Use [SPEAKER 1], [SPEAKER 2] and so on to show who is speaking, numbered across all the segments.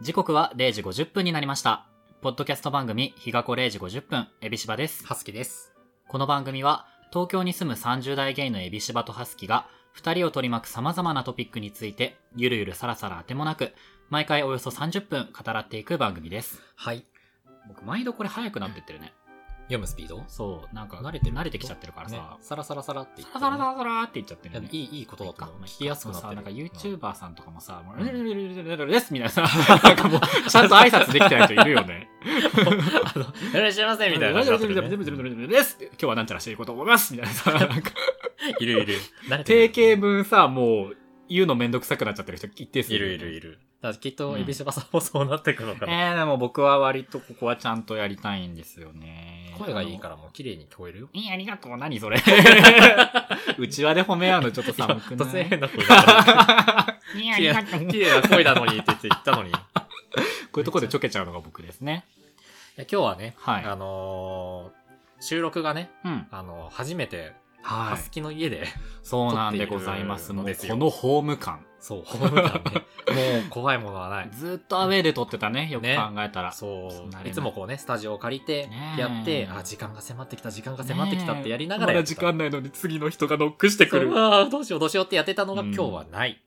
[SPEAKER 1] 時刻は0時50分になりました。ポッドキャスト番組、日がこ0時50分、エビシバです。
[SPEAKER 2] ハスキです。
[SPEAKER 1] この番組は、東京に住む30代ゲイのエビシバとハスキが、二人を取り巻く様々なトピックについて、ゆるゆるさらさら当てもなく、毎回およそ30分語らっていく番組です。
[SPEAKER 2] はい。
[SPEAKER 1] 僕、毎度これ早くなってってるね。
[SPEAKER 2] 読むスピード
[SPEAKER 1] そう、なんか、
[SPEAKER 2] 慣れてる
[SPEAKER 1] 慣れてきちゃってるからさ、
[SPEAKER 2] サラサラサラって言って
[SPEAKER 1] サ
[SPEAKER 2] る
[SPEAKER 1] ラ
[SPEAKER 2] ね、
[SPEAKER 1] サラサラサラって言っちゃってるよね。
[SPEAKER 2] いいいいことだと思う聞きやすくなって
[SPEAKER 1] さ、
[SPEAKER 2] る。
[SPEAKER 1] なんか
[SPEAKER 2] うん
[SPEAKER 1] YouTuber さんとかもさ、もう、
[SPEAKER 2] うん
[SPEAKER 1] ルルルルルルルルですみたいなさ、なんかもう、ちゃんと挨拶できてない人いるよね。
[SPEAKER 2] あの いらっしゃいませみたいな感じにな ってるね。
[SPEAKER 1] です今日はなんちゃらしていこうと思いますみたいなさ、なんか、
[SPEAKER 2] いるいる。慣れて
[SPEAKER 1] 定
[SPEAKER 2] る
[SPEAKER 1] 型文さ、もう、言うのめんどくさくなっちゃってる人一定数
[SPEAKER 2] いるいるいる。だからきっと、エビシバさんもそうなってくのか
[SPEAKER 1] え
[SPEAKER 2] な。
[SPEAKER 1] ー、でも僕は割とここはちゃんとやりたいんですよね。
[SPEAKER 2] 声がいいからもう綺麗に聞こえるよ。
[SPEAKER 1] いい、ありがとう。何それ。うちわで褒め合うのちょっと寒く
[SPEAKER 2] 突
[SPEAKER 1] な
[SPEAKER 2] 然
[SPEAKER 1] い
[SPEAKER 2] 変な声が 出
[SPEAKER 1] いい、あ
[SPEAKER 2] た綺
[SPEAKER 1] りがとう。
[SPEAKER 2] 麗綺麗な声なのにって言って言 ったのに。いや
[SPEAKER 1] こういうとこでちょけちゃうのが僕ですね。
[SPEAKER 2] 今日はね、
[SPEAKER 1] はい
[SPEAKER 2] あのー、収録がね、
[SPEAKER 1] うん。
[SPEAKER 2] あのー、初めて、
[SPEAKER 1] は
[SPEAKER 2] ハ
[SPEAKER 1] い
[SPEAKER 2] ス。キの家で、
[SPEAKER 1] そうなんでございます。も
[SPEAKER 2] 撮
[SPEAKER 1] う
[SPEAKER 2] っているのですよ
[SPEAKER 1] このホーム感。
[SPEAKER 2] そう、ホーム感ね、もう怖いものはない。
[SPEAKER 1] ずっとアウェーで撮ってたね。よく考
[SPEAKER 2] ね
[SPEAKER 1] えたら。そうなれ
[SPEAKER 2] そう
[SPEAKER 1] ない
[SPEAKER 2] いつもこうねスタジオを借りて
[SPEAKER 1] ねえ
[SPEAKER 2] やって、あ時間が迫ってきた時間が迫ってきたってやりながら
[SPEAKER 1] ま
[SPEAKER 2] や
[SPEAKER 1] だ
[SPEAKER 2] って
[SPEAKER 1] 時
[SPEAKER 2] た
[SPEAKER 1] 間ないのに次の人がノックしてく
[SPEAKER 2] そう
[SPEAKER 1] る。
[SPEAKER 2] わーどうしようどうしようってやってたのが
[SPEAKER 1] うん
[SPEAKER 2] 今日はない、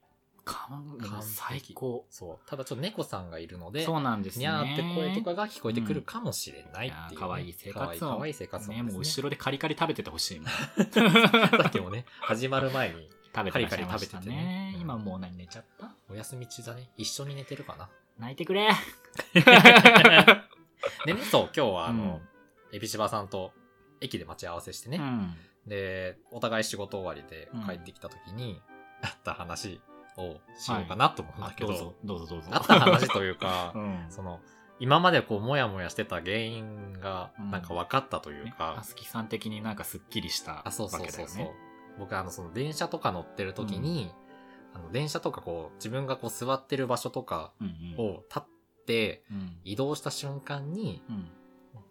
[SPEAKER 1] 完
[SPEAKER 2] 璧
[SPEAKER 1] 最高。
[SPEAKER 2] そうただちょっと猫さんがいるので
[SPEAKER 1] そうなんですね。
[SPEAKER 2] にゃーって声とかが聞こえてくるかもしれない
[SPEAKER 1] うん
[SPEAKER 2] っていう、
[SPEAKER 1] いやー可愛い生活音
[SPEAKER 2] かわいい生活音
[SPEAKER 1] ね、
[SPEAKER 2] ですね
[SPEAKER 1] もう後ろでカリカリ食べててほしいもん。
[SPEAKER 2] さっきもね始まる前に
[SPEAKER 1] 食べてらっしゃい
[SPEAKER 2] カ
[SPEAKER 1] ま
[SPEAKER 2] リカリ食べ
[SPEAKER 1] してた
[SPEAKER 2] て
[SPEAKER 1] ね
[SPEAKER 2] ね。うん
[SPEAKER 1] 今もう何寝ちゃった
[SPEAKER 2] お休み中だね一緒に寝てるかな
[SPEAKER 1] 泣いてく れ
[SPEAKER 2] でねそう今日はあ
[SPEAKER 1] う
[SPEAKER 2] の
[SPEAKER 1] ん、
[SPEAKER 2] エビシバさんと駅で待ち合わせしてね、
[SPEAKER 1] うん。
[SPEAKER 2] で、お互い仕事終わりで
[SPEAKER 1] うん
[SPEAKER 2] 帰ってきた時に、あった話をしようかなと思うんだ
[SPEAKER 1] あ
[SPEAKER 2] け
[SPEAKER 1] ど
[SPEAKER 2] ど、
[SPEAKER 1] うぞ、どうぞどうぞ。
[SPEAKER 2] あった話というか
[SPEAKER 1] う、ん。
[SPEAKER 2] その、今までこう、もやもやしてた原因が
[SPEAKER 1] うん、
[SPEAKER 2] なんか分かったという
[SPEAKER 1] ね
[SPEAKER 2] か
[SPEAKER 1] あ、すきさん的になんかすっきりしたわけだ
[SPEAKER 2] あ、そう
[SPEAKER 1] よ
[SPEAKER 2] そうそうそう、
[SPEAKER 1] ね。
[SPEAKER 2] 僕、あの、その、電車とか乗ってる時に、あの、電車とかこう、自分がこう、座ってる場所とか
[SPEAKER 1] うんうん
[SPEAKER 2] を立って、
[SPEAKER 1] うん
[SPEAKER 2] 移動した瞬間に、
[SPEAKER 1] うん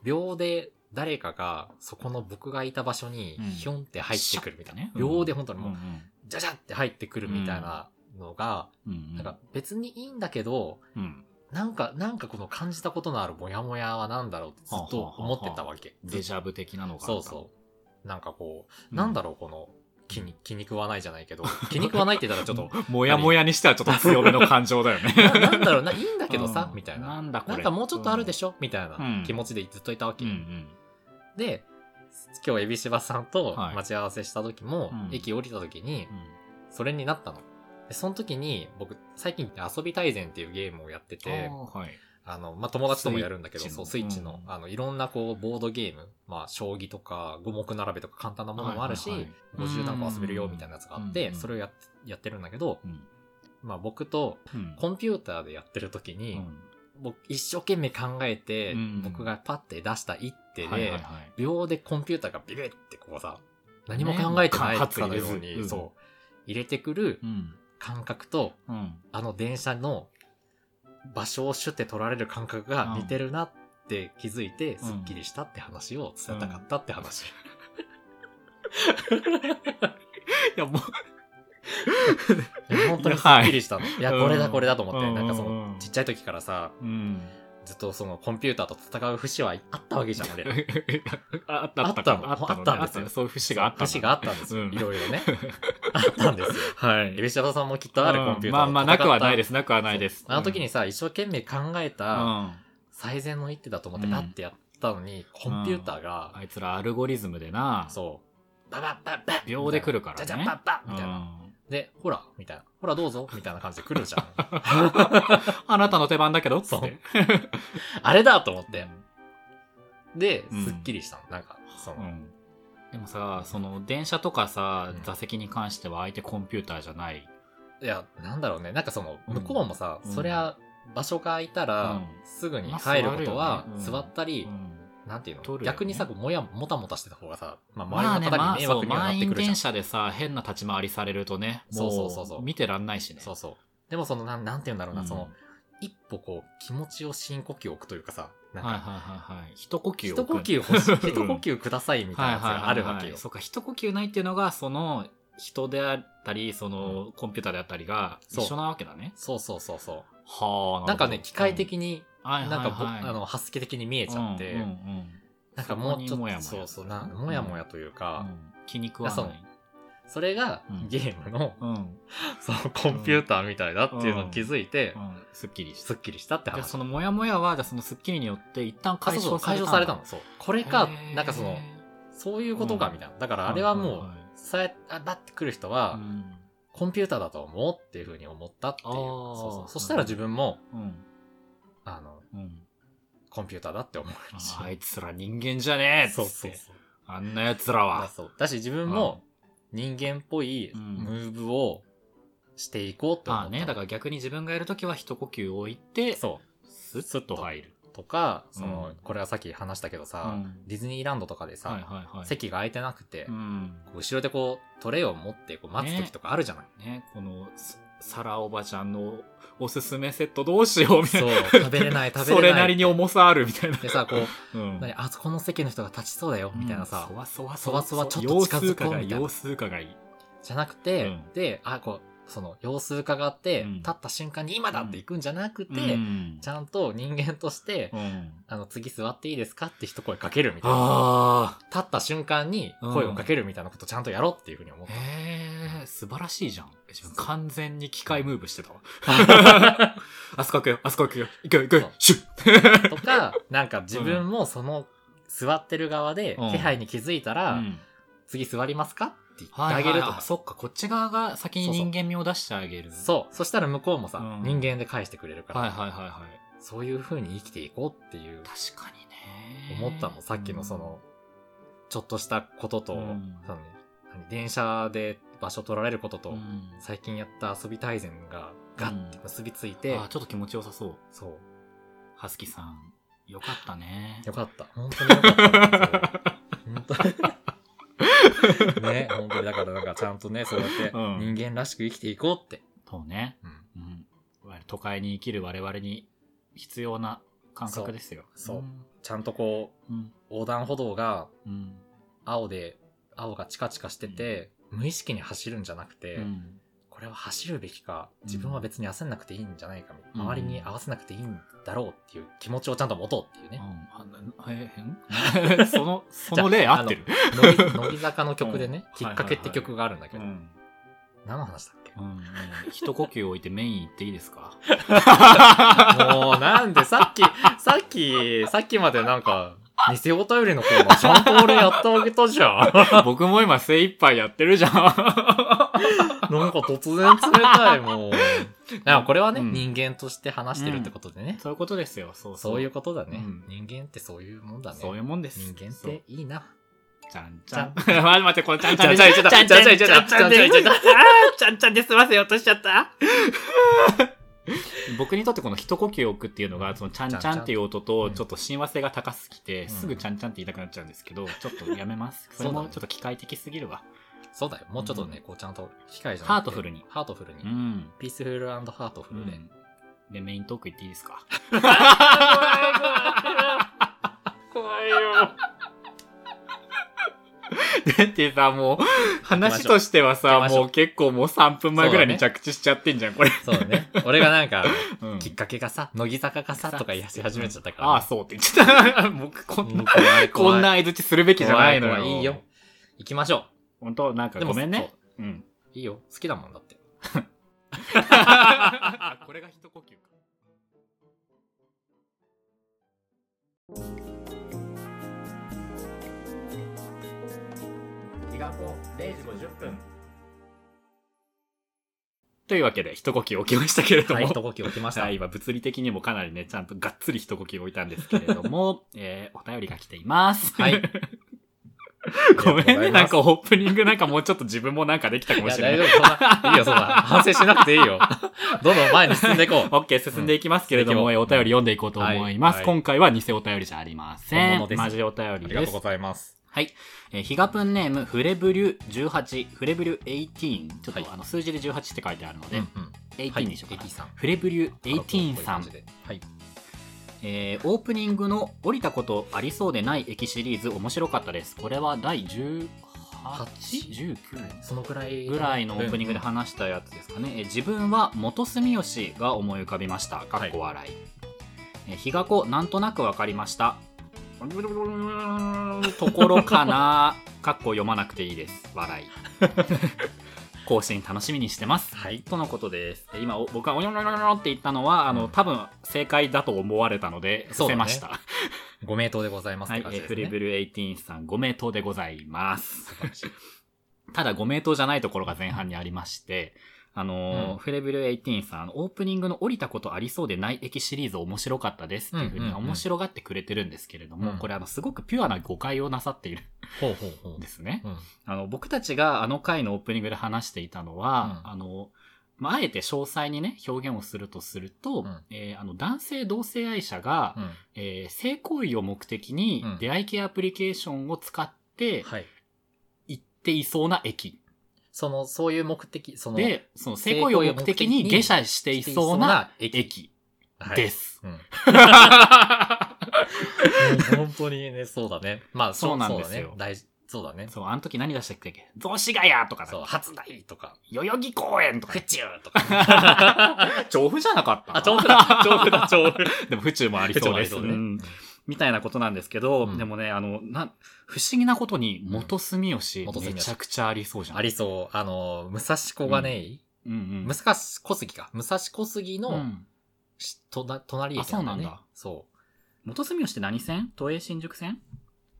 [SPEAKER 2] 秒で誰かが、そこの僕がいた場所に
[SPEAKER 1] うん、
[SPEAKER 2] ひょんって入ってくるみたいな
[SPEAKER 1] ね。
[SPEAKER 2] 秒で本当に
[SPEAKER 1] うん
[SPEAKER 2] もう、じゃじゃって入ってくるみたいなのが、
[SPEAKER 1] うんうん
[SPEAKER 2] なんか別にいいんだけど、
[SPEAKER 1] うん
[SPEAKER 2] なんか、なんかこの感じたことのあるモヤモヤはなんだろうってずっと思ってたわけ。
[SPEAKER 1] デジャブ的なのが
[SPEAKER 2] そうそう。なんかこう、なんだろうこの、気に、気に食わないじゃないけど、 気に食わないって言ったらちょっと、
[SPEAKER 1] うもやもやにしてはちょっと強めの感情だよね
[SPEAKER 2] ななんだろうな、いいんだけどさ、
[SPEAKER 1] うん
[SPEAKER 2] みたい
[SPEAKER 1] な
[SPEAKER 2] な。
[SPEAKER 1] んだこれ
[SPEAKER 2] なんかもうちょっとあるでしょみたい
[SPEAKER 1] うん
[SPEAKER 2] な気持ちでずっといたわけ
[SPEAKER 1] うんう。ん
[SPEAKER 2] で、今日、エビシバさんと
[SPEAKER 1] はい
[SPEAKER 2] 待ち合わせした時も
[SPEAKER 1] うん、
[SPEAKER 2] 駅降りた時に
[SPEAKER 1] う、ん
[SPEAKER 2] それになったの。で、その時に、僕、最近遊び大全っていうゲームをやってて、
[SPEAKER 1] あーはい
[SPEAKER 2] あの、まあ、友達ともやるんだけど、
[SPEAKER 1] スイッチの
[SPEAKER 2] そう、スイッチの、
[SPEAKER 1] うん
[SPEAKER 2] あの、いろんなこう、ボードゲーム、まあ、将棋とか、五目並べとか簡単なものもあるし、
[SPEAKER 1] はいはいはい
[SPEAKER 2] 50何個遊べるよ、みたいなやつがあっ
[SPEAKER 1] う
[SPEAKER 2] て、
[SPEAKER 1] ん
[SPEAKER 2] それをやっやってるんだけど、
[SPEAKER 1] うん
[SPEAKER 2] まあ、僕と、
[SPEAKER 1] うん
[SPEAKER 2] コンピューターでやってる時に、僕、一生懸命考えて、
[SPEAKER 1] うん
[SPEAKER 2] 僕がパッて出した一手で、
[SPEAKER 1] はいはいはい
[SPEAKER 2] 秒でコンピューターがビビってこうさ、何も考えてない
[SPEAKER 1] ね
[SPEAKER 2] かのように、
[SPEAKER 1] うん
[SPEAKER 2] そう、入れてくる
[SPEAKER 1] うん
[SPEAKER 2] 感覚と、
[SPEAKER 1] うん
[SPEAKER 2] あの電車の場所をシュって取られる感覚が似てるなって気づいて、すっきりしたって話を伝えたかったって話。
[SPEAKER 1] いやもう
[SPEAKER 2] いや本当にす
[SPEAKER 1] はい
[SPEAKER 2] っきりしたの。いや、
[SPEAKER 1] うん
[SPEAKER 2] これだこれだと思って、
[SPEAKER 1] うん
[SPEAKER 2] なんかそ
[SPEAKER 1] うんう
[SPEAKER 2] の
[SPEAKER 1] ん、
[SPEAKER 2] ちっちゃい時からさ、
[SPEAKER 1] うん
[SPEAKER 2] ずっとそのコンピューターと戦う節はあったわけじゃん、あれ。
[SPEAKER 1] ああったあった
[SPEAKER 2] あったの
[SPEAKER 1] あったのね
[SPEAKER 2] あったん
[SPEAKER 1] あっ
[SPEAKER 2] ですよ
[SPEAKER 1] たそういう節があったの
[SPEAKER 2] 節があったんですよ。
[SPEAKER 1] うん
[SPEAKER 2] いろいろね。あったんですよ。
[SPEAKER 1] はい
[SPEAKER 2] エビシャバさんもきっとある
[SPEAKER 1] うん
[SPEAKER 2] コンピューターと戦
[SPEAKER 1] まあま
[SPEAKER 2] った
[SPEAKER 1] あなくはないですなくはないです
[SPEAKER 2] そうあの時にさ、一生懸命考え
[SPEAKER 1] うん
[SPEAKER 2] た
[SPEAKER 1] あ
[SPEAKER 2] 最善の一手だと思って
[SPEAKER 1] うん
[SPEAKER 2] パッてやったのに、コンピューターが、
[SPEAKER 1] いつらアルゴリズムでな
[SPEAKER 2] そう。ババッバッバッ
[SPEAKER 1] 秒で来るからね
[SPEAKER 2] じゃじゃバッバッみたいな。
[SPEAKER 1] な
[SPEAKER 2] で、ほら、みたいな。ほらどうぞ、みたいな感じで来るじゃん。
[SPEAKER 1] あなたの手番だけどつ
[SPEAKER 2] そ
[SPEAKER 1] っ
[SPEAKER 2] う
[SPEAKER 1] て。
[SPEAKER 2] あれだと思って。で
[SPEAKER 1] うん、
[SPEAKER 2] すっきりしたの。なんか、そうの、
[SPEAKER 1] んでもさその電車とかさ、
[SPEAKER 2] うん
[SPEAKER 1] 座席に関しては相手コンピューターじゃない
[SPEAKER 2] いや、なんだろうね。なんかその、向こうもさ、
[SPEAKER 1] うん
[SPEAKER 2] そりゃ、場所が空いたら、
[SPEAKER 1] うん
[SPEAKER 2] すぐに
[SPEAKER 1] まあ
[SPEAKER 2] 入ることは
[SPEAKER 1] 座るよね、うん
[SPEAKER 2] 座ったり、
[SPEAKER 1] うん
[SPEAKER 2] なんていうの、
[SPEAKER 1] 取るよね
[SPEAKER 2] 逆にさ、こうもや、もたもたしてた方がさ、まあ、
[SPEAKER 1] まあ
[SPEAKER 2] 周
[SPEAKER 1] ね
[SPEAKER 2] りの方
[SPEAKER 1] まあ
[SPEAKER 2] に迷
[SPEAKER 1] そう
[SPEAKER 2] 惑にはな
[SPEAKER 1] 満
[SPEAKER 2] って
[SPEAKER 1] 員
[SPEAKER 2] くるじゃん。
[SPEAKER 1] 電車でさ変な立ち回りされるとね
[SPEAKER 2] そうそ
[SPEAKER 1] も
[SPEAKER 2] うそうそう
[SPEAKER 1] う見てらんないしね
[SPEAKER 2] そうそう。でもその、なんなんていうんだろうな、
[SPEAKER 1] うん
[SPEAKER 2] その、一歩こう、気持ちを深呼吸置くというかさ、なん
[SPEAKER 1] はいはい
[SPEAKER 2] か、
[SPEAKER 1] はいはい一呼吸
[SPEAKER 2] 一呼吸欲しい、一呼吸くださいみたいなやつがあるわけよ。
[SPEAKER 1] そうか一呼吸ないっていうのがその人であったり、その、コンピューターであったりが一
[SPEAKER 2] そ
[SPEAKER 1] 緒
[SPEAKER 2] う
[SPEAKER 1] なわけだね。
[SPEAKER 2] そうそうそうそ
[SPEAKER 1] はあ、
[SPEAKER 2] う。なんかね、機械的に、
[SPEAKER 1] な
[SPEAKER 2] なんかぼ、あの、ハスケ的に見えちゃって、
[SPEAKER 1] うんうんうん
[SPEAKER 2] なんかもうち
[SPEAKER 1] そこ
[SPEAKER 2] ょっ
[SPEAKER 1] にもやも
[SPEAKER 2] と、
[SPEAKER 1] や
[SPEAKER 2] そうそう、なもやもやというか
[SPEAKER 1] う、ん気に食わない。
[SPEAKER 2] それが
[SPEAKER 1] うん
[SPEAKER 2] ゲームの、
[SPEAKER 1] うん。
[SPEAKER 2] そのコンピューターみたいだっていうのを気づいて、
[SPEAKER 1] うんすっきりした。
[SPEAKER 2] すっきりしたって
[SPEAKER 1] じゃあ
[SPEAKER 2] 話。
[SPEAKER 1] そのモヤモヤは、じゃあそのスッキリによって一旦
[SPEAKER 2] あ
[SPEAKER 1] 解
[SPEAKER 2] そうそう
[SPEAKER 1] 消された
[SPEAKER 2] 解
[SPEAKER 1] んだ
[SPEAKER 2] 消されたの。そう。これか
[SPEAKER 1] へ、ー
[SPEAKER 2] なんかその、そういうことかみたいな。だからあれはもう、
[SPEAKER 1] はいはいはい
[SPEAKER 2] さえ、あ、だって来る人
[SPEAKER 1] う
[SPEAKER 2] は、
[SPEAKER 1] ん
[SPEAKER 2] コンピューターだと思うっていうふうに思ったっていう。
[SPEAKER 1] あー
[SPEAKER 2] そうそう。そしたら自分も、
[SPEAKER 1] うん。
[SPEAKER 2] あの、
[SPEAKER 1] うん。
[SPEAKER 2] コンピューターだって思えるし。
[SPEAKER 1] あいつら人間じゃねえっつ
[SPEAKER 2] そう
[SPEAKER 1] っ
[SPEAKER 2] そう
[SPEAKER 1] て。
[SPEAKER 2] そう。
[SPEAKER 1] あんな奴ら
[SPEAKER 2] だ
[SPEAKER 1] は。
[SPEAKER 2] そうだし自分も人間っぽい
[SPEAKER 1] うん
[SPEAKER 2] ムーブをしていこうって思っ
[SPEAKER 1] まあ
[SPEAKER 2] た。
[SPEAKER 1] ね、だから逆に自分がいるときは一呼吸置いて、
[SPEAKER 2] そ
[SPEAKER 1] スッと入る。
[SPEAKER 2] う。とか、その、
[SPEAKER 1] うん
[SPEAKER 2] これはさっき話したけどさ、
[SPEAKER 1] うん
[SPEAKER 2] ディズニーランドとかでさ、
[SPEAKER 1] はいはいはい。
[SPEAKER 2] 席が空いてなくて、
[SPEAKER 1] うん。
[SPEAKER 2] こう後ろでこう、トレイを持ってこう待つ時とかあるじゃない、
[SPEAKER 1] ね、この、さ皿おばちゃんのおすすめセットどうしようみたい
[SPEAKER 2] そ
[SPEAKER 1] な。
[SPEAKER 2] う、 食べれない、食べれない。
[SPEAKER 1] それなりに重さあるみたいな。
[SPEAKER 2] でさ、こう、
[SPEAKER 1] うん
[SPEAKER 2] 何あそこの席の人が立ちそうだよ、みたいなさ、
[SPEAKER 1] うんそわそ
[SPEAKER 2] そ
[SPEAKER 1] わ
[SPEAKER 2] わそわちょっと近づこうみたいな
[SPEAKER 1] 様数化がいい。
[SPEAKER 2] じゃなくて、
[SPEAKER 1] うん
[SPEAKER 2] で、あ、こう、その、様子伺って、
[SPEAKER 1] うん
[SPEAKER 2] 立った瞬間に今だって行くんじゃなくて、
[SPEAKER 1] うん
[SPEAKER 2] ちゃんと人間として、
[SPEAKER 1] うん
[SPEAKER 2] あの、次座っていいですかって一声かけるみたいな。
[SPEAKER 1] あ
[SPEAKER 2] 立った瞬間に声をかけるみたいなことちゃんとやろうっていうふうに思っ
[SPEAKER 1] あ。 へえ、素晴らしいじゃん。自分完全に機械ムーブして たわ。
[SPEAKER 2] た。
[SPEAKER 1] あそこ行くよ、あそこ行くよ、行くよ、行くよ
[SPEAKER 2] そう、
[SPEAKER 1] シュッ
[SPEAKER 2] とか、なんか自分もその座ってる側で
[SPEAKER 1] うん
[SPEAKER 2] 気配に気づいたら、
[SPEAKER 1] うん
[SPEAKER 2] 次座りますかって言って
[SPEAKER 1] はい
[SPEAKER 2] あ
[SPEAKER 1] はい
[SPEAKER 2] げると
[SPEAKER 1] あ
[SPEAKER 2] か。
[SPEAKER 1] そっか、こっち側が先に人間味を出してあげる。
[SPEAKER 2] そう。そしたら向こうもさ、
[SPEAKER 1] うん
[SPEAKER 2] 人間で返してくれるから、
[SPEAKER 1] はいはいはいはい。
[SPEAKER 2] そういう風に生きていこうっていう
[SPEAKER 1] 確かにね。
[SPEAKER 2] 思ったの。さっきのその、ちょっとしたことと、
[SPEAKER 1] うん
[SPEAKER 2] そのね何電車で場所取られることと、
[SPEAKER 1] うん、
[SPEAKER 2] 最近やった遊び大全がガッて結びつい
[SPEAKER 1] うん
[SPEAKER 2] て、
[SPEAKER 1] あー、ちょっと気持ちよさそう。
[SPEAKER 2] そう。
[SPEAKER 1] はすきさん、よかったね。
[SPEAKER 2] よかった。本当によかった。本当に。 ね、本当に。だから、なんかちゃんとね、そうやって
[SPEAKER 1] うん
[SPEAKER 2] 人間らしく生きていこうって。
[SPEAKER 1] そうね。
[SPEAKER 2] う
[SPEAKER 1] う
[SPEAKER 2] ん
[SPEAKER 1] ん。我々都会に生きる我々に必要な感覚ですよ。
[SPEAKER 2] そうちゃんとこう、
[SPEAKER 1] うん。
[SPEAKER 2] 横断歩道が
[SPEAKER 1] うん。
[SPEAKER 2] 青で、青がチカチカしてて、無意識に走るんじゃなくて、
[SPEAKER 1] うん。
[SPEAKER 2] これは走るべきか、
[SPEAKER 1] うん
[SPEAKER 2] 自分は別に焦んなくていいんじゃないか、
[SPEAKER 1] うん
[SPEAKER 2] 周りに合わせなくていいんだろうっていう気持ちをちゃんと持とうっていう
[SPEAKER 1] うん
[SPEAKER 2] ね。
[SPEAKER 1] あなえへん そ の、その例合ってる。
[SPEAKER 2] 乃木乃木坂の曲でね、
[SPEAKER 1] うん
[SPEAKER 2] きっかけって曲があるんだけ
[SPEAKER 1] う
[SPEAKER 2] ど、
[SPEAKER 1] ん。
[SPEAKER 2] 何の話だっけ
[SPEAKER 1] うん。一呼吸置いてメイン行っていいですか
[SPEAKER 2] もうなんでさっき、さっき、さっきまでなんか、偽お便りのコーナーちゃんと俺やってあげたじゃ ん。
[SPEAKER 1] 僕も今精一杯やってるじゃん。
[SPEAKER 2] なんか突然冷たい、もう。なんかこれはね、
[SPEAKER 1] うん
[SPEAKER 2] 人間として話してるってことでね。
[SPEAKER 1] そういうことですよ。そうそう。
[SPEAKER 2] そういうことだね、
[SPEAKER 1] うん
[SPEAKER 2] 人間ってそういうもんだね。
[SPEAKER 1] そういうもんです。
[SPEAKER 2] 人間っ
[SPEAKER 1] そう
[SPEAKER 2] て。いいな。
[SPEAKER 1] ちゃんちゃん。 待って待って、このちゃんちゃんで。
[SPEAKER 2] ちゃんちゃん
[SPEAKER 1] ちゃんちゃん
[SPEAKER 2] ち
[SPEAKER 1] ち
[SPEAKER 2] ゃ
[SPEAKER 1] ゃ
[SPEAKER 2] ん
[SPEAKER 1] ん
[SPEAKER 2] ち
[SPEAKER 1] ち
[SPEAKER 2] ゃ
[SPEAKER 1] ゃ
[SPEAKER 2] ん
[SPEAKER 1] ん
[SPEAKER 2] ち
[SPEAKER 1] ち
[SPEAKER 2] ゃ
[SPEAKER 1] ゃ
[SPEAKER 2] ん
[SPEAKER 1] んちゃん
[SPEAKER 2] ちゃんちゃん
[SPEAKER 1] ちゃんで済ませようとしちゃった。僕にとってこの一呼吸置くっていうのが、そのちゃんちゃんっていう音と、ちょっと親和性が高すぎて、
[SPEAKER 2] ん
[SPEAKER 1] すぐちゃんちゃんって言いたくなっちゃうんですけど、ちょっとやめます。
[SPEAKER 2] そう
[SPEAKER 1] そ
[SPEAKER 2] だ
[SPEAKER 1] れ
[SPEAKER 2] ね
[SPEAKER 1] もちょっと機械的すぎるわ。
[SPEAKER 2] そうだよ。もうちょっとね、こうちゃんと機械じゃなくて
[SPEAKER 1] ハートフルに
[SPEAKER 2] ハートフルに。
[SPEAKER 1] うん。
[SPEAKER 2] ピースフルハートフルで。
[SPEAKER 1] で、メイントーク行っていいですか
[SPEAKER 2] 怖いよ。
[SPEAKER 1] だってさ、もう、話としては
[SPEAKER 2] 行き
[SPEAKER 1] さ、
[SPEAKER 2] ましょう
[SPEAKER 1] もう結構もう3分前ぐらいに着地しちゃってんじゃん、これ。
[SPEAKER 2] そうだね。俺がなんか、
[SPEAKER 1] うん
[SPEAKER 2] きっかけがさ、乃木坂がさ、とか言い始めちゃったから。
[SPEAKER 1] ああ、そうって言っちゃった。 僕、こん
[SPEAKER 2] うん
[SPEAKER 1] な、
[SPEAKER 2] 怖い怖い
[SPEAKER 1] こんな相づちするべきじゃないの
[SPEAKER 2] 怖
[SPEAKER 1] よ。
[SPEAKER 2] 怖いいいよ。。行きましょ
[SPEAKER 1] 本当なん
[SPEAKER 2] う。
[SPEAKER 1] かごめんね。。うん。
[SPEAKER 2] そういいよ。好きだもんだって。
[SPEAKER 1] これが一呼吸か。日がこ0時50分。というわけで、一呼吸置きましたけれども、
[SPEAKER 2] はい、一呼吸置きました。
[SPEAKER 1] はい、今物理的にもかなりね、ちゃんとがっつり一呼吸置いたんですけれど も、えー、お便りが来ています。
[SPEAKER 2] はい。
[SPEAKER 1] ごめんね、なんか
[SPEAKER 2] い
[SPEAKER 1] オープニングなんかもうちょっと自分もなんかできたかも
[SPEAKER 2] や、
[SPEAKER 1] しれな
[SPEAKER 2] 大
[SPEAKER 1] い
[SPEAKER 2] 丈。夫。そんな、いいよ、そんな。反省しなくていいよ。どんどん前に進んでいこう。
[SPEAKER 1] オッケー進んでいきますけれども、
[SPEAKER 2] うん
[SPEAKER 1] えお便り読んでいこうと思います。
[SPEAKER 2] はいはい
[SPEAKER 1] 今回は偽お便りじゃありませ
[SPEAKER 2] 本
[SPEAKER 1] ん。
[SPEAKER 2] 物です
[SPEAKER 1] マジお便り
[SPEAKER 2] ありが
[SPEAKER 1] で
[SPEAKER 2] とう
[SPEAKER 1] す
[SPEAKER 2] ご。ざいます。
[SPEAKER 1] はい。えー、ヒガプンネーム、フレブリュ18、フレブリュ18、ちょっと、
[SPEAKER 2] はい
[SPEAKER 1] あの数字で18って書いてあるので、
[SPEAKER 2] うん。
[SPEAKER 1] 18にしようかな。
[SPEAKER 2] はい、さん。
[SPEAKER 1] フレブリュ18さん、
[SPEAKER 2] はい。
[SPEAKER 1] えーオープニングの降りたことありそうでない駅シリーズ面白かったです。これは第18 8、19
[SPEAKER 2] そのくらい
[SPEAKER 1] ぐらいのオープニングで
[SPEAKER 2] うん
[SPEAKER 1] 話したやつですかね、え自分は元住吉が思い浮かびましたかっこ笑い、え日が子なんとなくわかりましたところか なかっこ読まなくていいです笑い更新楽しみにしてます
[SPEAKER 2] はい
[SPEAKER 1] とのことですえ今お僕がおにょろにょろにょろって言ったのはあの、
[SPEAKER 2] うん
[SPEAKER 1] 多分正解だと思われたので伏
[SPEAKER 2] そうだ
[SPEAKER 1] せ
[SPEAKER 2] ね
[SPEAKER 1] ました、
[SPEAKER 2] ご名答でございます
[SPEAKER 1] は
[SPEAKER 2] って
[SPEAKER 1] い
[SPEAKER 2] 感
[SPEAKER 1] え
[SPEAKER 2] じです
[SPEAKER 1] フ リ
[SPEAKER 2] ね
[SPEAKER 1] ブル18さんご名答でございます
[SPEAKER 2] 素晴らしい
[SPEAKER 1] ただご名答じゃないところが前半にありまして、あのー
[SPEAKER 2] うん
[SPEAKER 1] フレブル18さん、オープニングの降りたことありそうでない駅シリーズ面白かったですっていうふう
[SPEAKER 2] うん
[SPEAKER 1] に
[SPEAKER 2] うんうん
[SPEAKER 1] 面白がってくれてるんですけれども、
[SPEAKER 2] うん
[SPEAKER 1] これあのすごくピュアな誤解をなさっている
[SPEAKER 2] ほうほうほ
[SPEAKER 1] んですね。
[SPEAKER 2] ううん
[SPEAKER 1] あの、僕たちがあの回のオープニングで話していたのは、
[SPEAKER 2] うん
[SPEAKER 1] あの、まあ、あえて詳細にね、表現をするとすると、
[SPEAKER 2] うん
[SPEAKER 1] えーあの、男性同性愛者が、
[SPEAKER 2] うん
[SPEAKER 1] えー性行為を目的に
[SPEAKER 2] うん
[SPEAKER 1] 出会い系アプリケーションを使って
[SPEAKER 2] はい
[SPEAKER 1] 行っていそうな駅
[SPEAKER 2] そのそういう目的その
[SPEAKER 1] で、その性行為を目的に下車していそうな駅
[SPEAKER 2] はい
[SPEAKER 1] です。
[SPEAKER 2] うんもう本当にね、そうだね。まあ、
[SPEAKER 1] そうなんですよ
[SPEAKER 2] そうだね大事そうだね。
[SPEAKER 1] そう、あの時何出したっけ雑司ヶ谷とか
[SPEAKER 2] そう、
[SPEAKER 1] だ。
[SPEAKER 2] 初台とか、
[SPEAKER 1] 代々木公園とか
[SPEAKER 2] 府。中とか。
[SPEAKER 1] 調布じゃなかった
[SPEAKER 2] あ、調布だ、調布だ、調布。
[SPEAKER 1] でも府 中もありそうです。
[SPEAKER 2] 府中もありそう
[SPEAKER 1] う
[SPEAKER 2] ね
[SPEAKER 1] んみたいなことなんですけど、
[SPEAKER 2] うん
[SPEAKER 1] でもね、あの、なん、不思議なことに、元住吉、
[SPEAKER 2] 元住
[SPEAKER 1] め
[SPEAKER 2] 吉
[SPEAKER 1] ちゃくちゃありそうじゃん。
[SPEAKER 2] ありそう。あの、武蔵小金井、
[SPEAKER 1] うんうん。
[SPEAKER 2] 武蔵小杉か。武蔵小杉
[SPEAKER 1] う
[SPEAKER 2] の、
[SPEAKER 1] ん
[SPEAKER 2] しとな隣駅なんだ
[SPEAKER 1] あそうな
[SPEAKER 2] よね
[SPEAKER 1] んだ。
[SPEAKER 2] そ
[SPEAKER 1] 元住吉って何線都営新宿線
[SPEAKER 2] う。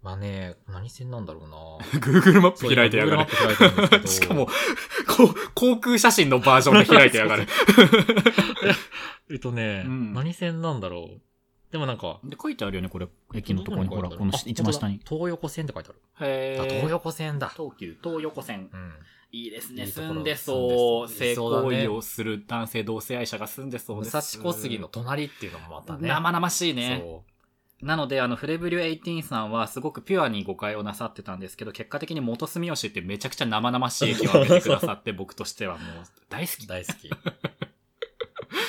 [SPEAKER 2] まあね、何線なんだろうな
[SPEAKER 1] ?Google マッ
[SPEAKER 2] そう Google マップ開いてるんです
[SPEAKER 1] し
[SPEAKER 2] けど
[SPEAKER 1] かも、こう航空写真のバージョンで開いてやがる。
[SPEAKER 2] えっとね、
[SPEAKER 1] うん
[SPEAKER 2] 何線なんだろう。でもなんか、
[SPEAKER 1] で、書いてあるよね、これ。駅のところに、ほら、この
[SPEAKER 2] あ
[SPEAKER 1] 一番下に。
[SPEAKER 2] 本当だ東横線って書いてある。
[SPEAKER 1] へ
[SPEAKER 2] あ、東横線だ。
[SPEAKER 1] 東急、東横線。
[SPEAKER 2] うん。
[SPEAKER 1] いいです
[SPEAKER 2] い
[SPEAKER 1] ね。
[SPEAKER 2] いとこ
[SPEAKER 1] 住
[SPEAKER 2] ろ
[SPEAKER 1] んでそう。
[SPEAKER 2] 住んで
[SPEAKER 1] 性
[SPEAKER 2] そう
[SPEAKER 1] 行
[SPEAKER 2] そうだね
[SPEAKER 1] 為をする男性同性愛者が住んでそう
[SPEAKER 2] 武
[SPEAKER 1] です。
[SPEAKER 2] 蔵小杉の隣っていうのもまたね。
[SPEAKER 1] 生々しいね。
[SPEAKER 2] そ
[SPEAKER 1] なので、あの、フレブリュ18さんはすごくピュアに誤解をなさってたんですけど、結果的に元住吉ってめちゃくちゃ生々しい駅を挙げてくださって、僕として はもう大好き
[SPEAKER 2] う。。大好き。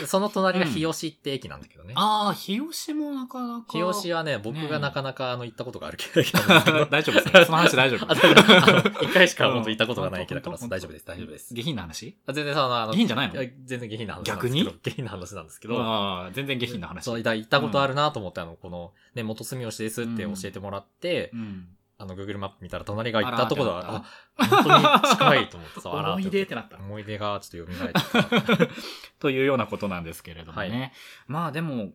[SPEAKER 2] その隣が日吉って駅なんだけどね。
[SPEAKER 1] ああ、日吉もなかなか。
[SPEAKER 2] 日吉はね、僕がなかなかあの行ったことがある駅なんですけど。
[SPEAKER 1] 大丈夫です かその話大丈夫
[SPEAKER 2] あだからあの一回しか本当行ったことがない駅だから、
[SPEAKER 1] うん
[SPEAKER 2] 大丈夫です、大丈夫です。
[SPEAKER 1] 下品な話
[SPEAKER 2] あ全然さ、あの、
[SPEAKER 1] 下品じゃないの
[SPEAKER 2] や全然下品な話なんです
[SPEAKER 1] 逆に
[SPEAKER 2] けど下品な話なんですけど。
[SPEAKER 1] ああ、全然下品な話。
[SPEAKER 2] そう、だ行ったことあるなと思って、あの、この、ね、元住吉ですって教えてもらって、
[SPEAKER 1] うん。
[SPEAKER 2] あの、Google マップ見たら隣が行ったところ
[SPEAKER 1] あらーっ
[SPEAKER 2] は
[SPEAKER 1] て、
[SPEAKER 2] あ、本当に近いと思ってさ、あらー
[SPEAKER 1] 思い出ってなった。
[SPEAKER 2] 思い出がちょっと蘇ってきた。
[SPEAKER 1] というようなことなんですけれどもね。
[SPEAKER 2] は
[SPEAKER 1] まあでも、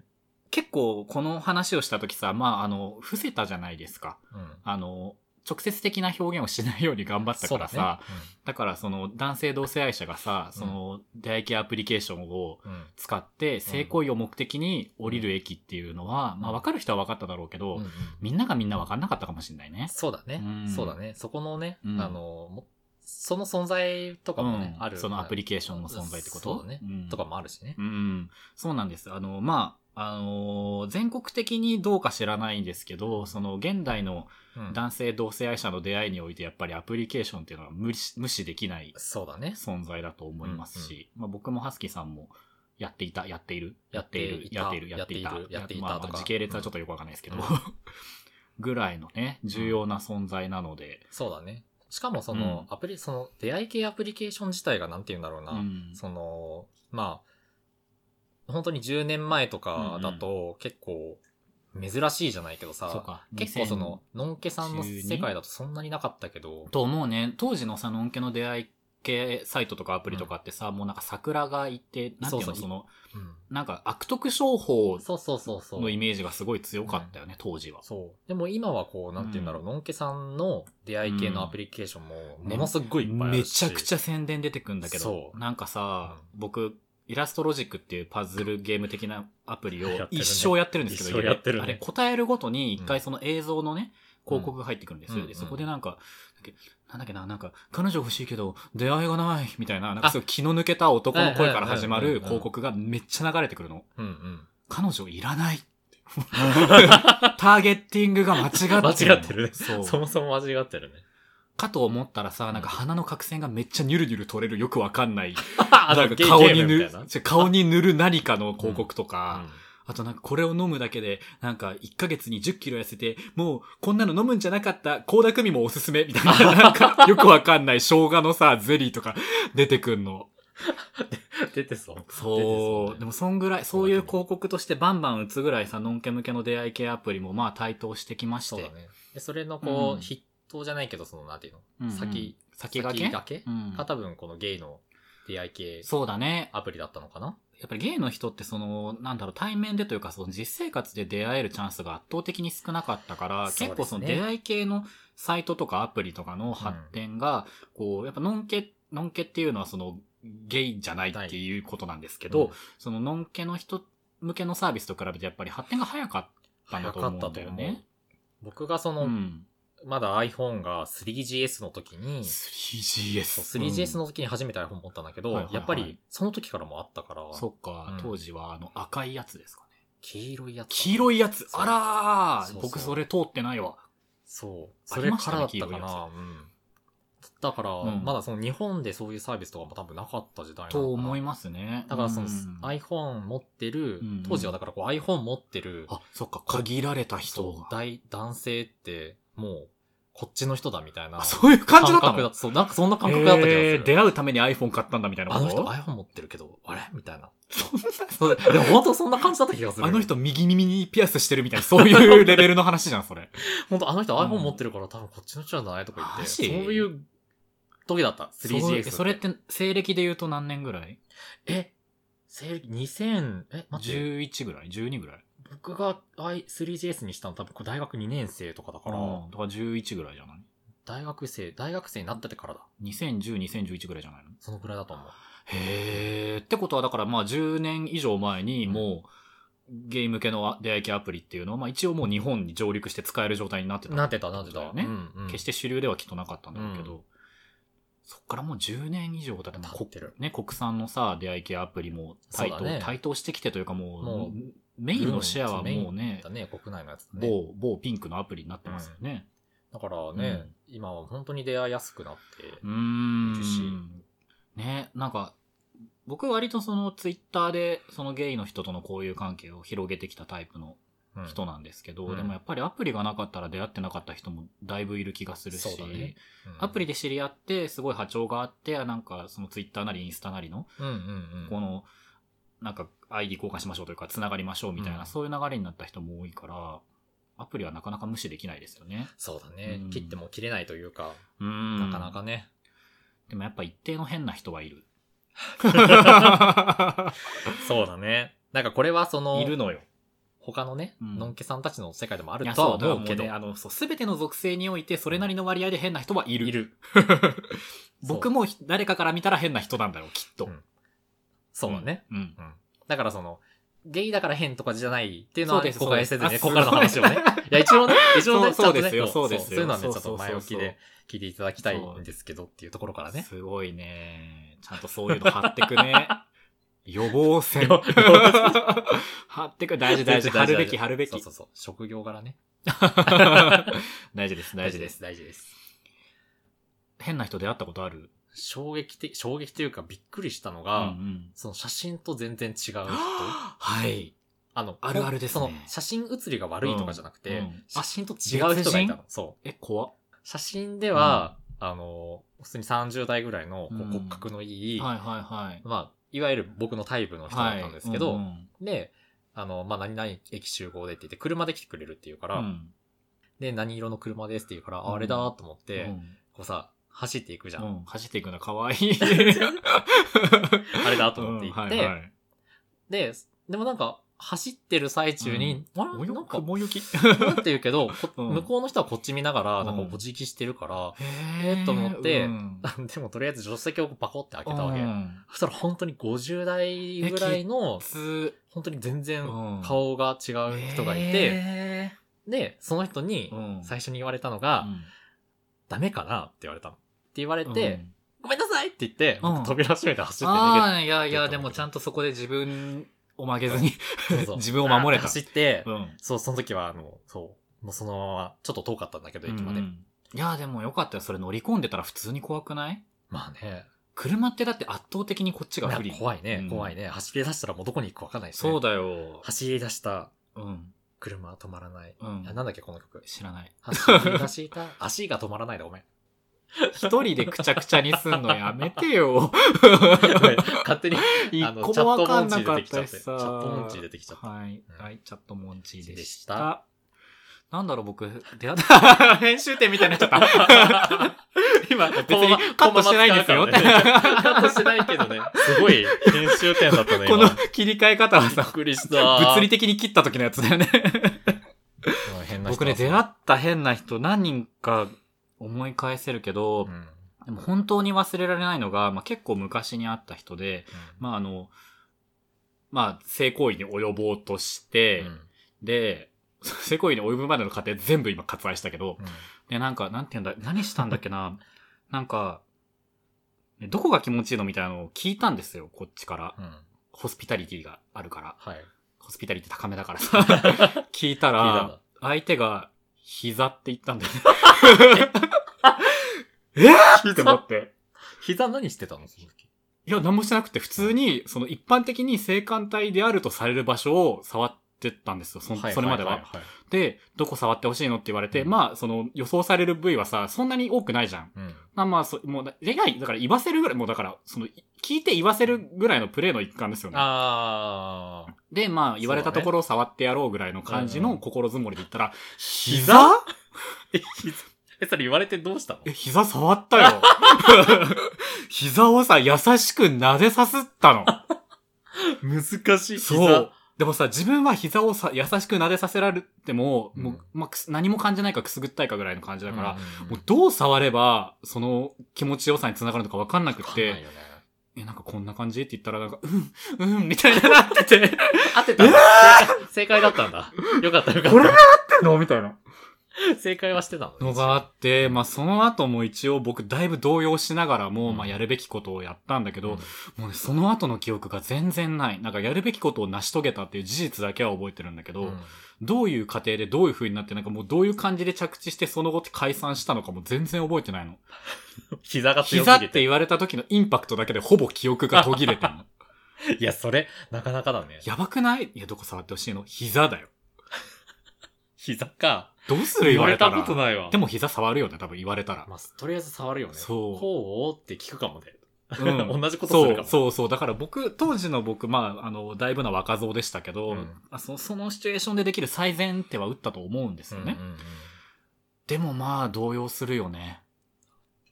[SPEAKER 1] 結構この話をした時さ、まああの、伏せたじゃないですか。
[SPEAKER 2] うん
[SPEAKER 1] あの、直接的な表現をしないように頑張ったからさ、だからその男性同性愛者がさ、その出会い系アプリケーションを
[SPEAKER 2] そうだね
[SPEAKER 1] 使って性行為を目的に降りる駅っていうのは、
[SPEAKER 2] ん
[SPEAKER 1] まあ分かる人は分かっただろうけど、
[SPEAKER 2] うんうん
[SPEAKER 1] みんながみんな分かんなかったかもしれないね。
[SPEAKER 2] そうだね、
[SPEAKER 1] うん
[SPEAKER 2] そうだねそこのね、
[SPEAKER 1] うん
[SPEAKER 2] あのもその存在とかもね、
[SPEAKER 1] うん
[SPEAKER 2] ある
[SPEAKER 1] そのアプリケーションの存在ってこと
[SPEAKER 2] そうだね、
[SPEAKER 1] うん
[SPEAKER 2] とかもあるしね
[SPEAKER 1] うん、そうなんです。あの、まあ、あのー全国的にどうか知らないんですけど、その現代の
[SPEAKER 2] うん
[SPEAKER 1] 男性同性愛者の出会いにおいてやっぱりアプリケーションっていうのは無視無視できない
[SPEAKER 2] そうだね
[SPEAKER 1] 存在だと思いますし、まあ、僕もハスキーさんもやっていた、やっている、
[SPEAKER 2] やっている
[SPEAKER 1] やっている、
[SPEAKER 2] いた
[SPEAKER 1] やっていた、
[SPEAKER 2] やっているやっていた
[SPEAKER 1] まあまあ
[SPEAKER 2] とか
[SPEAKER 1] 時系列はちょっとよくわかんないですけど、
[SPEAKER 2] うん
[SPEAKER 1] ぐらいのね、重要な存在なので、
[SPEAKER 2] そうだねしかもその、アプリその出会い系アプリケーション自体がなんて言うんだろうな、
[SPEAKER 1] うん
[SPEAKER 2] そのまあ本当に10年前とかだと結構珍しいじゃないけど
[SPEAKER 1] そう
[SPEAKER 2] さ、
[SPEAKER 1] か、
[SPEAKER 2] 結構その、のんけさんの
[SPEAKER 1] 2012
[SPEAKER 2] 世界だとそんなになかったけど、
[SPEAKER 1] と思うね。当時のさ、のんけの出会い系サイトとかアプリとかってさ、もうなんか桜がいて、なんていうの、
[SPEAKER 2] そ
[SPEAKER 1] そう
[SPEAKER 2] そう
[SPEAKER 1] の、
[SPEAKER 2] うん
[SPEAKER 1] なんか悪徳商法
[SPEAKER 2] そうそうそうそう。
[SPEAKER 1] のイメージがすごい強かったよね、当時は。
[SPEAKER 2] そう。でも今はこう、なんて言うんだろう、のんけさんの出会い系のアプリケーションも、ものすごいいっぱいあ
[SPEAKER 1] め
[SPEAKER 2] るし。
[SPEAKER 1] ちゃくちゃ宣伝出てくんだけど
[SPEAKER 2] そ、う
[SPEAKER 1] なんかさ、
[SPEAKER 2] う
[SPEAKER 1] 僕、イラストロジックっていうパズルゲーム的なアプリを
[SPEAKER 2] やってるね
[SPEAKER 1] 一生やってるんですけど、
[SPEAKER 2] 一生やってるね
[SPEAKER 1] あれ答えるごとに一回その映像のね、広告が入ってくるんですよ。
[SPEAKER 2] うん
[SPEAKER 1] で
[SPEAKER 2] うん
[SPEAKER 1] そこでなんか、なんだっけな、なんか、彼女欲しいけど、出会いがない、みたいな、なんかすごい気の抜けた男の声から始ま
[SPEAKER 2] うんうん
[SPEAKER 1] る
[SPEAKER 2] うんうん
[SPEAKER 1] 広告がめっちゃ流れてくるの。
[SPEAKER 2] うんうん。
[SPEAKER 1] 彼女いらない。 ターゲッティングが間違ってるの。
[SPEAKER 2] 間違ってるね。
[SPEAKER 1] そう。
[SPEAKER 2] そもそも間違ってる ね。
[SPEAKER 1] かと思ったらさ、なんか鼻の角線がめっちゃニュルニュル取れるよくわかんない。
[SPEAKER 2] あ
[SPEAKER 1] なんか
[SPEAKER 2] ゲ
[SPEAKER 1] 顔
[SPEAKER 2] ゲ
[SPEAKER 1] に
[SPEAKER 2] ーム
[SPEAKER 1] 塗
[SPEAKER 2] みたいな
[SPEAKER 1] る、違う顔に塗る何かの広告とか、
[SPEAKER 2] う
[SPEAKER 1] あとなんかこれを飲むだけで、なんか1ヶ月に10キロ痩せて、もうこんなの飲むんじゃなかった、高田組もおすすめ、みたい な、なんかよくわかんない生姜のさ、ゼリーとか出てくんの。
[SPEAKER 2] 出てそう。出て
[SPEAKER 1] そう。で
[SPEAKER 2] ね
[SPEAKER 1] もそんぐらい、そういう広告としてバンバン打つぐらいさ、ノンケ向けの出会い系アプリもまあ台頭してきまし
[SPEAKER 2] そうだ
[SPEAKER 1] て。
[SPEAKER 2] ね。で、それのこう、
[SPEAKER 1] うん
[SPEAKER 2] 筆頭じゃないけど、その、なんていうの、
[SPEAKER 1] うんうん
[SPEAKER 2] 先、
[SPEAKER 1] 先駆け
[SPEAKER 2] だけ、
[SPEAKER 1] うん
[SPEAKER 2] が多分このゲイの出会い系
[SPEAKER 1] そうだね。
[SPEAKER 2] アプリだったのかな
[SPEAKER 1] やっぱりゲイの人ってその、なんだろう、対面でというか、その実生活で出会えるチャンスが圧倒的に少なかったから、
[SPEAKER 2] そうですね
[SPEAKER 1] 結構その出会い系のサイトとかアプリとかの発展が、こう、やっぱノンケ、ノンケっていうのはその、ゲイじゃないっていうことなんですけど、
[SPEAKER 2] うん
[SPEAKER 1] そのノンケの人向けのサービスと比べてやっぱり発展が早かったんだと思うんだよね。
[SPEAKER 2] 僕がその、
[SPEAKER 1] うん。
[SPEAKER 2] まだ iPhone が 3GS の時に、
[SPEAKER 1] 3GS。
[SPEAKER 2] そう 3GS
[SPEAKER 1] の、
[SPEAKER 2] の時に初めて iPhone 持ったんだけ
[SPEAKER 1] は
[SPEAKER 2] ど、
[SPEAKER 1] いはいはい
[SPEAKER 2] やっぱりその時からもあったから、
[SPEAKER 1] そっか、
[SPEAKER 2] うん
[SPEAKER 1] 当時はあの赤いやつですかね。
[SPEAKER 2] 黄色いやつ。
[SPEAKER 1] 黄色
[SPEAKER 2] い。
[SPEAKER 1] いやつ
[SPEAKER 2] そう
[SPEAKER 1] あらー
[SPEAKER 2] そうそう
[SPEAKER 1] 僕それ通ってないわ。
[SPEAKER 2] そう。
[SPEAKER 1] あ
[SPEAKER 2] そ
[SPEAKER 1] り
[SPEAKER 2] れ
[SPEAKER 1] まし
[SPEAKER 2] か
[SPEAKER 1] た
[SPEAKER 2] らだ
[SPEAKER 1] ね
[SPEAKER 2] ったか
[SPEAKER 1] 黄色い
[SPEAKER 2] な。うん。だから、
[SPEAKER 1] うん
[SPEAKER 2] まだその日本でそういうサービスとかも多分なかった時代なのかな
[SPEAKER 1] と思いますね。
[SPEAKER 2] だからその
[SPEAKER 1] うん、
[SPEAKER 2] iPhone 持ってる、
[SPEAKER 1] うん
[SPEAKER 2] 当時はだからこう iPhone 持ってる、
[SPEAKER 1] あ、そっか、限られた人
[SPEAKER 2] そう
[SPEAKER 1] が。
[SPEAKER 2] 大男性って、もう、こっちの人だみたいな。
[SPEAKER 1] あ、そういう感じだったの
[SPEAKER 2] 覚だった。そう、なんかそんな感覚だった気がする。
[SPEAKER 1] えー出会うために iPhone 買ったんだみたいなこ
[SPEAKER 2] あ
[SPEAKER 1] と
[SPEAKER 2] の人 iPhone 持ってるけど、あれみたいな。
[SPEAKER 1] そんな
[SPEAKER 2] そう でも本当そんな感じだった気がする。
[SPEAKER 1] あの人右耳にピアスしてる みたいな、そういうレベルの話じゃん、それ。
[SPEAKER 2] 本当あの人
[SPEAKER 1] うん
[SPEAKER 2] iPhone 持ってるから多分こっちの人じゃないとか言
[SPEAKER 1] マ
[SPEAKER 2] って、
[SPEAKER 1] ジ
[SPEAKER 2] そういう時だった。3GS って。
[SPEAKER 1] それっ、て、西暦で言うと何年ぐらい
[SPEAKER 2] え、西暦2000、え、待って、
[SPEAKER 1] ?11 ぐらい ?12 ぐらい
[SPEAKER 2] 僕が I- 3GS にしたの多分これ大学2年生とかだ
[SPEAKER 1] あ
[SPEAKER 2] から
[SPEAKER 1] ら、、だから11ぐらいじゃない
[SPEAKER 2] 大学生、大学生になっててからだ。
[SPEAKER 1] 2010、2011ぐらいじゃないの
[SPEAKER 2] そのくらいだと思う。
[SPEAKER 1] へー。ってことは、だからまあ10年以上前にもう、ゲイ向けの出会い系アプリっていうのは、まあ一応もう日本に上陸して使える状態になってた。
[SPEAKER 2] なってた、なってた。
[SPEAKER 1] ね
[SPEAKER 2] うんうん、
[SPEAKER 1] 決して主流ではきっとなかったんだろうけど、
[SPEAKER 2] う
[SPEAKER 1] そっからもう10年以上だってもう
[SPEAKER 2] 経ってる
[SPEAKER 1] ね、国産のさ、出会い系アプリも台頭、
[SPEAKER 2] そうだね
[SPEAKER 1] 台頭してきてというかもう、
[SPEAKER 2] もう
[SPEAKER 1] メインのシェアはもうね
[SPEAKER 2] だ、ね、国内のやつだね。
[SPEAKER 1] 某、某ピンクのアプリになってますよね。
[SPEAKER 2] だからね、今は本当に出会いやすくなって、
[SPEAKER 1] うーん。
[SPEAKER 2] 嬉しい
[SPEAKER 1] ね、なんか、僕割とそのツイッターでそのゲイの人との交友関係を広げてきたタイプの
[SPEAKER 2] うん
[SPEAKER 1] 人なんですけど、
[SPEAKER 2] うん
[SPEAKER 1] でもやっぱりアプリがなかったら出会ってなかった人もだいぶいる気がするし、
[SPEAKER 2] そうだね
[SPEAKER 1] アプリ
[SPEAKER 2] で、
[SPEAKER 1] で知り合って、すごい波長があって、あなんか、そのツイッターなりインスタなりの、
[SPEAKER 2] うんうんう
[SPEAKER 1] こ
[SPEAKER 2] ん。
[SPEAKER 1] の、なんか、ID 交換しましょうというか、繋がりましょうみたいな、
[SPEAKER 2] うん
[SPEAKER 1] そういう流れになった人も多いから、アプリはなかなか無視できないですよね。
[SPEAKER 2] そうだね、
[SPEAKER 1] うん
[SPEAKER 2] 切っても切れないというか、
[SPEAKER 1] うん。
[SPEAKER 2] なかなか。ね。
[SPEAKER 1] でもやっぱ一定の変な人はい る。
[SPEAKER 2] そうだね。なんかこれはその、
[SPEAKER 1] いるのよ。
[SPEAKER 2] 他のね、
[SPEAKER 1] うん
[SPEAKER 2] のんけさんたちの世界でもあ
[SPEAKER 1] い
[SPEAKER 2] る
[SPEAKER 1] や
[SPEAKER 2] とは
[SPEAKER 1] そう、だから
[SPEAKER 2] 思う
[SPEAKER 1] も
[SPEAKER 2] け
[SPEAKER 1] う
[SPEAKER 2] ど、
[SPEAKER 1] ね、あの、そう、すべての属性において、それなりの割合で変な人はいる。
[SPEAKER 2] いる。
[SPEAKER 1] 僕もひ誰かから見たら変な人なんだろう、きっと。
[SPEAKER 2] うんそうだね、
[SPEAKER 1] うん。うん。
[SPEAKER 2] だからその、ゲイだから変とかじゃないっていうのは
[SPEAKER 1] そうです
[SPEAKER 2] 誤解せず
[SPEAKER 1] そうで
[SPEAKER 2] ね、
[SPEAKER 1] す
[SPEAKER 2] ここからの話をね。いや、一応ね、一応ね、
[SPEAKER 1] そうそう
[SPEAKER 2] ちゃんとね
[SPEAKER 1] ですよそうですよ
[SPEAKER 2] そういうのはね、ちょっ
[SPEAKER 1] そうそう
[SPEAKER 2] と
[SPEAKER 1] そう
[SPEAKER 2] 前置きで聞いていただきたいんですけどっていうところからね。
[SPEAKER 1] すごいね。ちゃんとそういうの貼ってく ね。予防線。
[SPEAKER 2] 予防線
[SPEAKER 1] 貼ってく。大事大事。貼るべき貼るべ
[SPEAKER 2] そう
[SPEAKER 1] き
[SPEAKER 2] そ。うそう。職業柄ね。
[SPEAKER 1] 大事です、 大事です。。
[SPEAKER 2] 大事です。
[SPEAKER 1] 変な人出会ったことある
[SPEAKER 2] 衝撃的、衝撃というかびっくりしたの
[SPEAKER 1] う
[SPEAKER 2] が、
[SPEAKER 1] ん。
[SPEAKER 2] その写真と全然違う 人。
[SPEAKER 1] はい。
[SPEAKER 2] あの、
[SPEAKER 1] あるあるですね
[SPEAKER 2] その写真写りが悪いとかじゃなくて、
[SPEAKER 1] うんうん
[SPEAKER 2] 写真と違う人がいたの。そ
[SPEAKER 1] え、怖っ
[SPEAKER 2] う。写真では、あの、普通に30代ぐらいのこう
[SPEAKER 1] うん
[SPEAKER 2] 骨格のいい、
[SPEAKER 1] はいはい
[SPEAKER 2] まあ、いわゆる僕のタイプの人
[SPEAKER 1] はい。は
[SPEAKER 2] だっ
[SPEAKER 1] い。
[SPEAKER 2] たんですけど、
[SPEAKER 1] うんうん
[SPEAKER 2] で、あの、まあ、何々駅集合でって言って、車で来てくれるって言うから、
[SPEAKER 1] うん
[SPEAKER 2] で、何色の車ですって言うから、
[SPEAKER 1] うん
[SPEAKER 2] ああれだーと思って、
[SPEAKER 1] うん
[SPEAKER 2] こうさ、走っていくじゃん。
[SPEAKER 1] うん走っていくの可愛 い。
[SPEAKER 2] あれだと思って行って、
[SPEAKER 1] うんはいはい
[SPEAKER 2] で、でもなんか、走ってる最中に、あ
[SPEAKER 1] も
[SPEAKER 2] れ
[SPEAKER 1] ゆ
[SPEAKER 2] なんか、
[SPEAKER 1] もゆき。
[SPEAKER 2] なんて言う けど、こ
[SPEAKER 1] うん
[SPEAKER 2] 向こうの人はこっち見ながら、なんか
[SPEAKER 1] うん
[SPEAKER 2] おじきしてるから、
[SPEAKER 1] え
[SPEAKER 2] ーと思って
[SPEAKER 1] うん
[SPEAKER 2] でもとりあえず助手席をパコって開けたわけ。
[SPEAKER 1] うん
[SPEAKER 2] そしたら本当に50代ぐらいの、
[SPEAKER 1] つ
[SPEAKER 2] 本当に全然
[SPEAKER 1] うん
[SPEAKER 2] 顔が違う人がいて、
[SPEAKER 1] え
[SPEAKER 2] で、その人に
[SPEAKER 1] うん
[SPEAKER 2] 最初に言われたの
[SPEAKER 1] ー
[SPEAKER 2] が、
[SPEAKER 1] うん
[SPEAKER 2] ダメかなって言われたの。って言われ
[SPEAKER 1] う
[SPEAKER 2] て、
[SPEAKER 1] ん
[SPEAKER 2] ごめんなさいって言って、
[SPEAKER 1] うん
[SPEAKER 2] 僕扉閉めて走って逃
[SPEAKER 1] ああ、いやいや、
[SPEAKER 2] 出
[SPEAKER 1] で
[SPEAKER 2] た
[SPEAKER 1] もちゃんとそこで自分を曲げずに。
[SPEAKER 2] げて、そうそう
[SPEAKER 1] 自分を守れた
[SPEAKER 2] 走って、
[SPEAKER 1] ん。
[SPEAKER 2] そう、その時は、あの、そう、もうそのまま、ちょっと遠かったんだけど、駅まで。
[SPEAKER 1] うんいや、でもよかったよ。それ乗り込んでたら普通に怖くない
[SPEAKER 2] まあね、
[SPEAKER 1] 車ってだって圧倒的にこっちが不利。
[SPEAKER 2] いや怖いね、
[SPEAKER 1] うん
[SPEAKER 2] 怖いね。走り出したらもうどこに行くか分かんないですね。
[SPEAKER 1] そうだよ。
[SPEAKER 2] 走り出した
[SPEAKER 1] うん。
[SPEAKER 2] 車は止まらない。
[SPEAKER 1] うん
[SPEAKER 2] あ。なんだっけ、この 曲。
[SPEAKER 1] 知らない。
[SPEAKER 2] 走り出した足が止まらないだ、ごめん。
[SPEAKER 1] 一人でくちゃくちゃにすんのやめてよ。
[SPEAKER 2] ごめん勝手に、
[SPEAKER 1] 一
[SPEAKER 2] あの
[SPEAKER 1] 個もわかんなかったしさ。
[SPEAKER 2] チャットモンチー出てきちゃった
[SPEAKER 1] はい。
[SPEAKER 2] うん
[SPEAKER 1] はい、チャットモンチーで
[SPEAKER 2] で
[SPEAKER 1] し
[SPEAKER 2] したた。
[SPEAKER 1] なんだろう、僕、出会った、 編集点みたいになっちゃ った。 今、別にカットしてないんですよ。
[SPEAKER 2] このまま使うからねカットしてないけどね。すごい編集点だったね、
[SPEAKER 1] この
[SPEAKER 2] 今。
[SPEAKER 1] 切り替え方は
[SPEAKER 2] びっ
[SPEAKER 1] さ、
[SPEAKER 2] くりした。
[SPEAKER 1] 物理的に切った時のやつだよね。
[SPEAKER 2] うん変な人
[SPEAKER 1] 僕ね、出会った変な人何人か思い返せるけど、
[SPEAKER 2] うんうん
[SPEAKER 1] でも本当に忘れられないのが、まあ、結構昔に会った人で、まあ、あの、まあ、性行為に及ぼうとして、
[SPEAKER 2] うん
[SPEAKER 1] で、 性行為に及ぶまでの過程全部今割愛したけど、
[SPEAKER 2] うん
[SPEAKER 1] で、なんか、なんて言うんだ、何したんだっけな、 なんか、ねどこが気持ちいいのみたいなのを聞いたんですよ、こっちから。
[SPEAKER 2] うん
[SPEAKER 1] ホスピタリティがあるから。
[SPEAKER 2] はい。
[SPEAKER 1] ホスピタリティ高めだからさ。 聞いた
[SPEAKER 2] 聞いたん
[SPEAKER 1] ら
[SPEAKER 2] だ、
[SPEAKER 1] 相手が、膝って言ったんだよね。って思
[SPEAKER 2] 膝
[SPEAKER 1] って。
[SPEAKER 2] 膝何してたのその時
[SPEAKER 1] いや、何もしてなくて、普通に、その一般的に性感帯であるとされる場所を触ってたんですよ、そ,、
[SPEAKER 2] いいいい
[SPEAKER 1] それまでは。
[SPEAKER 2] い
[SPEAKER 1] で、どこ触ってほしいのって言われて、
[SPEAKER 2] うん
[SPEAKER 1] まあ、その予想される部位はさ、そんなに多くないじゃん。
[SPEAKER 2] うん
[SPEAKER 1] まあまあ、そうもうだ、以外、だから言わせるぐらい、もうだから、その、い聞いて言わせるぐらいのプレイの一環ですよね。
[SPEAKER 2] あー。
[SPEAKER 1] で、まあ、言われた
[SPEAKER 2] そう
[SPEAKER 1] と
[SPEAKER 2] だね
[SPEAKER 1] ころを触ってやろうぐらいの感じ
[SPEAKER 2] うん
[SPEAKER 1] の
[SPEAKER 2] うん
[SPEAKER 1] 心づもりで言ったら、
[SPEAKER 2] 膝
[SPEAKER 1] 膝
[SPEAKER 2] え、膝え、それ言われてどうしたの
[SPEAKER 1] え、膝触ったよ。 膝をさ、優しく撫でさすった の。
[SPEAKER 2] 難しい。
[SPEAKER 1] そう。。でもさ、自分は膝をさ、優しく撫でさせられても、もう
[SPEAKER 2] うん、
[SPEAKER 1] まあくす何も感じないかくすぐったいかぐらいの感じだから、
[SPEAKER 2] ん
[SPEAKER 1] もうどう触れば、その気持ちよさにつながるのかわかんなくっ
[SPEAKER 2] わかんない
[SPEAKER 1] て、
[SPEAKER 2] よね
[SPEAKER 1] え、なんかこんな感じって言ったら、なんか、うん、うん、みたい になってて、
[SPEAKER 2] 合ってたんだ正解正解だったんだ。よかったよか
[SPEAKER 1] これが合
[SPEAKER 2] っ
[SPEAKER 1] ってんのみたいな。
[SPEAKER 2] た。正解はしてたのね
[SPEAKER 1] のがあって、まあその後も一応僕だいぶ動揺しながらも、
[SPEAKER 2] うん
[SPEAKER 1] まあやるべきことをやったんだけど、
[SPEAKER 2] うん
[SPEAKER 1] もうね、その後の記憶が全然ない。なんかやるべきことを成し遂げたっていう事実だけは覚えてるんだけど、
[SPEAKER 2] うん
[SPEAKER 1] どういう過程でどういう風になって、なんかもうどういう感じで着地してその後って解散したのかも全然覚えてないの。
[SPEAKER 2] 膝が強
[SPEAKER 1] 膝
[SPEAKER 2] す
[SPEAKER 1] っ
[SPEAKER 2] ぎ
[SPEAKER 1] て
[SPEAKER 2] て。
[SPEAKER 1] 言われた時のインパクトだけでほぼ記憶が途切れてる の。
[SPEAKER 2] いや、それ、なかなかだね。
[SPEAKER 1] やばくないいや、どこ触ってほしいの膝だよ。
[SPEAKER 2] 膝か。
[SPEAKER 1] どうする
[SPEAKER 2] 言
[SPEAKER 1] 言わ
[SPEAKER 2] わ
[SPEAKER 1] れ
[SPEAKER 2] れ
[SPEAKER 1] た
[SPEAKER 2] た
[SPEAKER 1] ら。
[SPEAKER 2] ことないわ。
[SPEAKER 1] で、も膝触るよね、多分言われたら。
[SPEAKER 2] まあ、とりあえず触るよね。
[SPEAKER 1] そう
[SPEAKER 2] こうって聞くかもね。
[SPEAKER 1] うん
[SPEAKER 2] 同じことす
[SPEAKER 1] そ
[SPEAKER 2] るか
[SPEAKER 1] う
[SPEAKER 2] も。う。
[SPEAKER 1] そうそう。だから僕、当時の僕、まあ、あの、だいぶな若造でしたけど、
[SPEAKER 2] うん
[SPEAKER 1] あそそのシチュエーションでできる最善手は打ったと思うんですよね。
[SPEAKER 2] んうんうん
[SPEAKER 1] でもまあ、動揺するよね。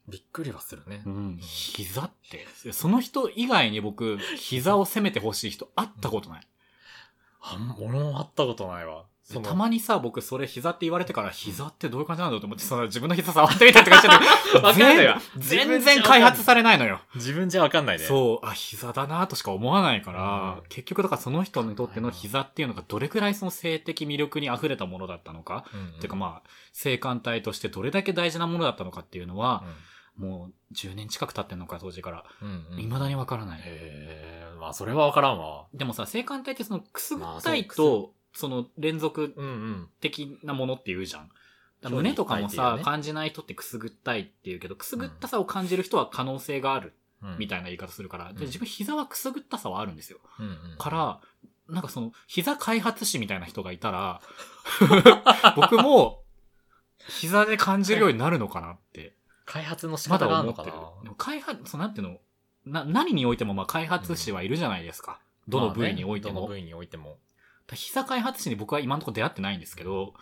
[SPEAKER 2] びっくりはするね
[SPEAKER 1] う。ん。膝って。その人以外に僕、膝を攻めてほしい人会ったことない。
[SPEAKER 2] あん、俺も会ったことないわ。その
[SPEAKER 1] たまにさ、僕、それ膝って言われてから、膝ってどういう感じなんだろうと思って、その自分の膝触ってみたりとかしてる
[SPEAKER 2] わかんないわ
[SPEAKER 1] 全
[SPEAKER 2] 自分
[SPEAKER 1] 全然
[SPEAKER 2] じゃわかんない
[SPEAKER 1] 開発されないのよ。
[SPEAKER 2] 自分じゃわかんないね。う。
[SPEAKER 1] そう、あ、膝だなとしか思わないから、
[SPEAKER 2] うん
[SPEAKER 1] 結局だからその人にとっての膝っていうのがどれくらいその性的魅力に溢れたものだったのか、っていうかまあ、性感帯としてどれだけ大事なものだったのかっていうのは、もう10年近く経ってんのか、当時から。
[SPEAKER 2] うん。うんうん。
[SPEAKER 1] 未だにわからない。
[SPEAKER 2] へえ、まあ、それはわからんわ。
[SPEAKER 1] でもさ、性感帯ってそのくすぐ
[SPEAKER 2] ま
[SPEAKER 1] っ
[SPEAKER 2] あそ
[SPEAKER 1] た
[SPEAKER 2] う
[SPEAKER 1] い
[SPEAKER 2] くす
[SPEAKER 1] と、その連続
[SPEAKER 2] うんうん。
[SPEAKER 1] 的なものって言うじゃん。だから
[SPEAKER 2] そう
[SPEAKER 1] 胸とかも
[SPEAKER 2] いっぱいってい
[SPEAKER 1] さ、
[SPEAKER 2] うね
[SPEAKER 1] 感じない人ってくすぐったいって言うけど、くすぐったさを感じる人は可能性があるみたいな言い方するから、
[SPEAKER 2] ん
[SPEAKER 1] で自分膝はくすぐったさはあるんですよ。
[SPEAKER 2] うんうん。
[SPEAKER 1] から、なんかその、膝開発士みたいな人がいた ら、僕も、膝で感じるようになるのかなって、
[SPEAKER 2] 開発の仕
[SPEAKER 1] まだ
[SPEAKER 2] 方がある
[SPEAKER 1] 思
[SPEAKER 2] の
[SPEAKER 1] って
[SPEAKER 2] か
[SPEAKER 1] る
[SPEAKER 2] な。。
[SPEAKER 1] でも開発、そうなんていうの、な、何においてもまあ開発士はいるじゃないですか。どの部位において
[SPEAKER 2] まあ
[SPEAKER 1] も。
[SPEAKER 2] ねどの部位においても。
[SPEAKER 1] 膝開発士に僕は今のところ出会ってないんですけど、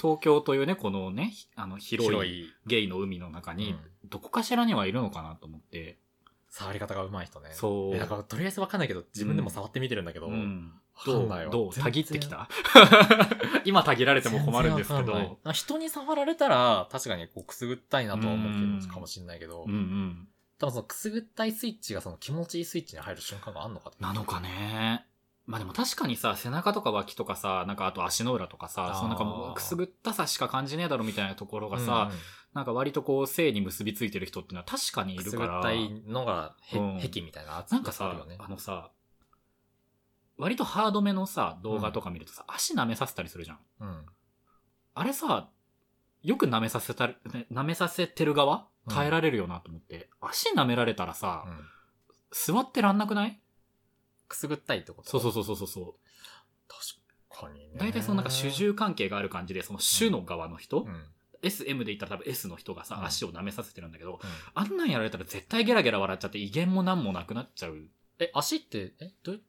[SPEAKER 1] 東京というね、このね、ひあの、広い
[SPEAKER 2] い。
[SPEAKER 1] ゲイの海の中に、
[SPEAKER 2] うん
[SPEAKER 1] どこかしらにはいるのかなと思って、
[SPEAKER 2] 触り方が上手い人ね。
[SPEAKER 1] そう
[SPEAKER 2] えなんかとりあえずわかんないけど、自分でも触ってみてるんだけど、
[SPEAKER 1] うん
[SPEAKER 2] わか
[SPEAKER 1] ど、
[SPEAKER 2] んないうわ
[SPEAKER 1] どう、
[SPEAKER 2] 全然
[SPEAKER 1] たぎってき た今たぎられても困るんですけ
[SPEAKER 2] 全然わか
[SPEAKER 1] ど
[SPEAKER 2] ん、ない人に触られたら、確かにこうくすぐったいなとは思って
[SPEAKER 1] うん
[SPEAKER 2] るかもしれないけど
[SPEAKER 1] うんう、ん。
[SPEAKER 2] 多分そのくすぐったいスイッチがその気持ちいいスイッチに入る瞬間があるのかって
[SPEAKER 1] なのかね。まあでも確かにさ、背中とか脇とかさ、なんかあと足の裏とかさ
[SPEAKER 2] あ、ー
[SPEAKER 1] そのなんかもうくすぐったさしか感じねえだろみたいなところがさ、
[SPEAKER 2] うん
[SPEAKER 1] なんか割とこう性に結びついてる人ってのは確かにい
[SPEAKER 2] く
[SPEAKER 1] る
[SPEAKER 2] す
[SPEAKER 1] か
[SPEAKER 2] ぐっ
[SPEAKER 1] ら、
[SPEAKER 2] たいのがへ、
[SPEAKER 1] うん
[SPEAKER 2] 癖みたいな。
[SPEAKER 1] なんか
[SPEAKER 2] ある
[SPEAKER 1] さ
[SPEAKER 2] よ、ね
[SPEAKER 1] あのさ、割とハードめのさ、動画とか見るとさ、足舐めさせたりするじゃん。
[SPEAKER 2] うん。
[SPEAKER 1] あれさ、よく舐めさせたる、ね舐めさせてる側耐えられるよなと思って、足舐められたらさ、
[SPEAKER 2] うん
[SPEAKER 1] 座ってらんなくない
[SPEAKER 2] くすぐったいってこと
[SPEAKER 1] そうそうそうそうそう。
[SPEAKER 2] 確かにね。
[SPEAKER 1] 大体そのなんか主従関係がある感じで、その主の側の人、
[SPEAKER 2] うん
[SPEAKER 1] SM で言ったら多分 S の人がさ、
[SPEAKER 2] うん
[SPEAKER 1] 足を舐めさせてるんだけど、あんなんやられたら絶対ゲラゲラ笑っちゃって威厳も何もなくなっちゃう。
[SPEAKER 2] え、足って、え、どう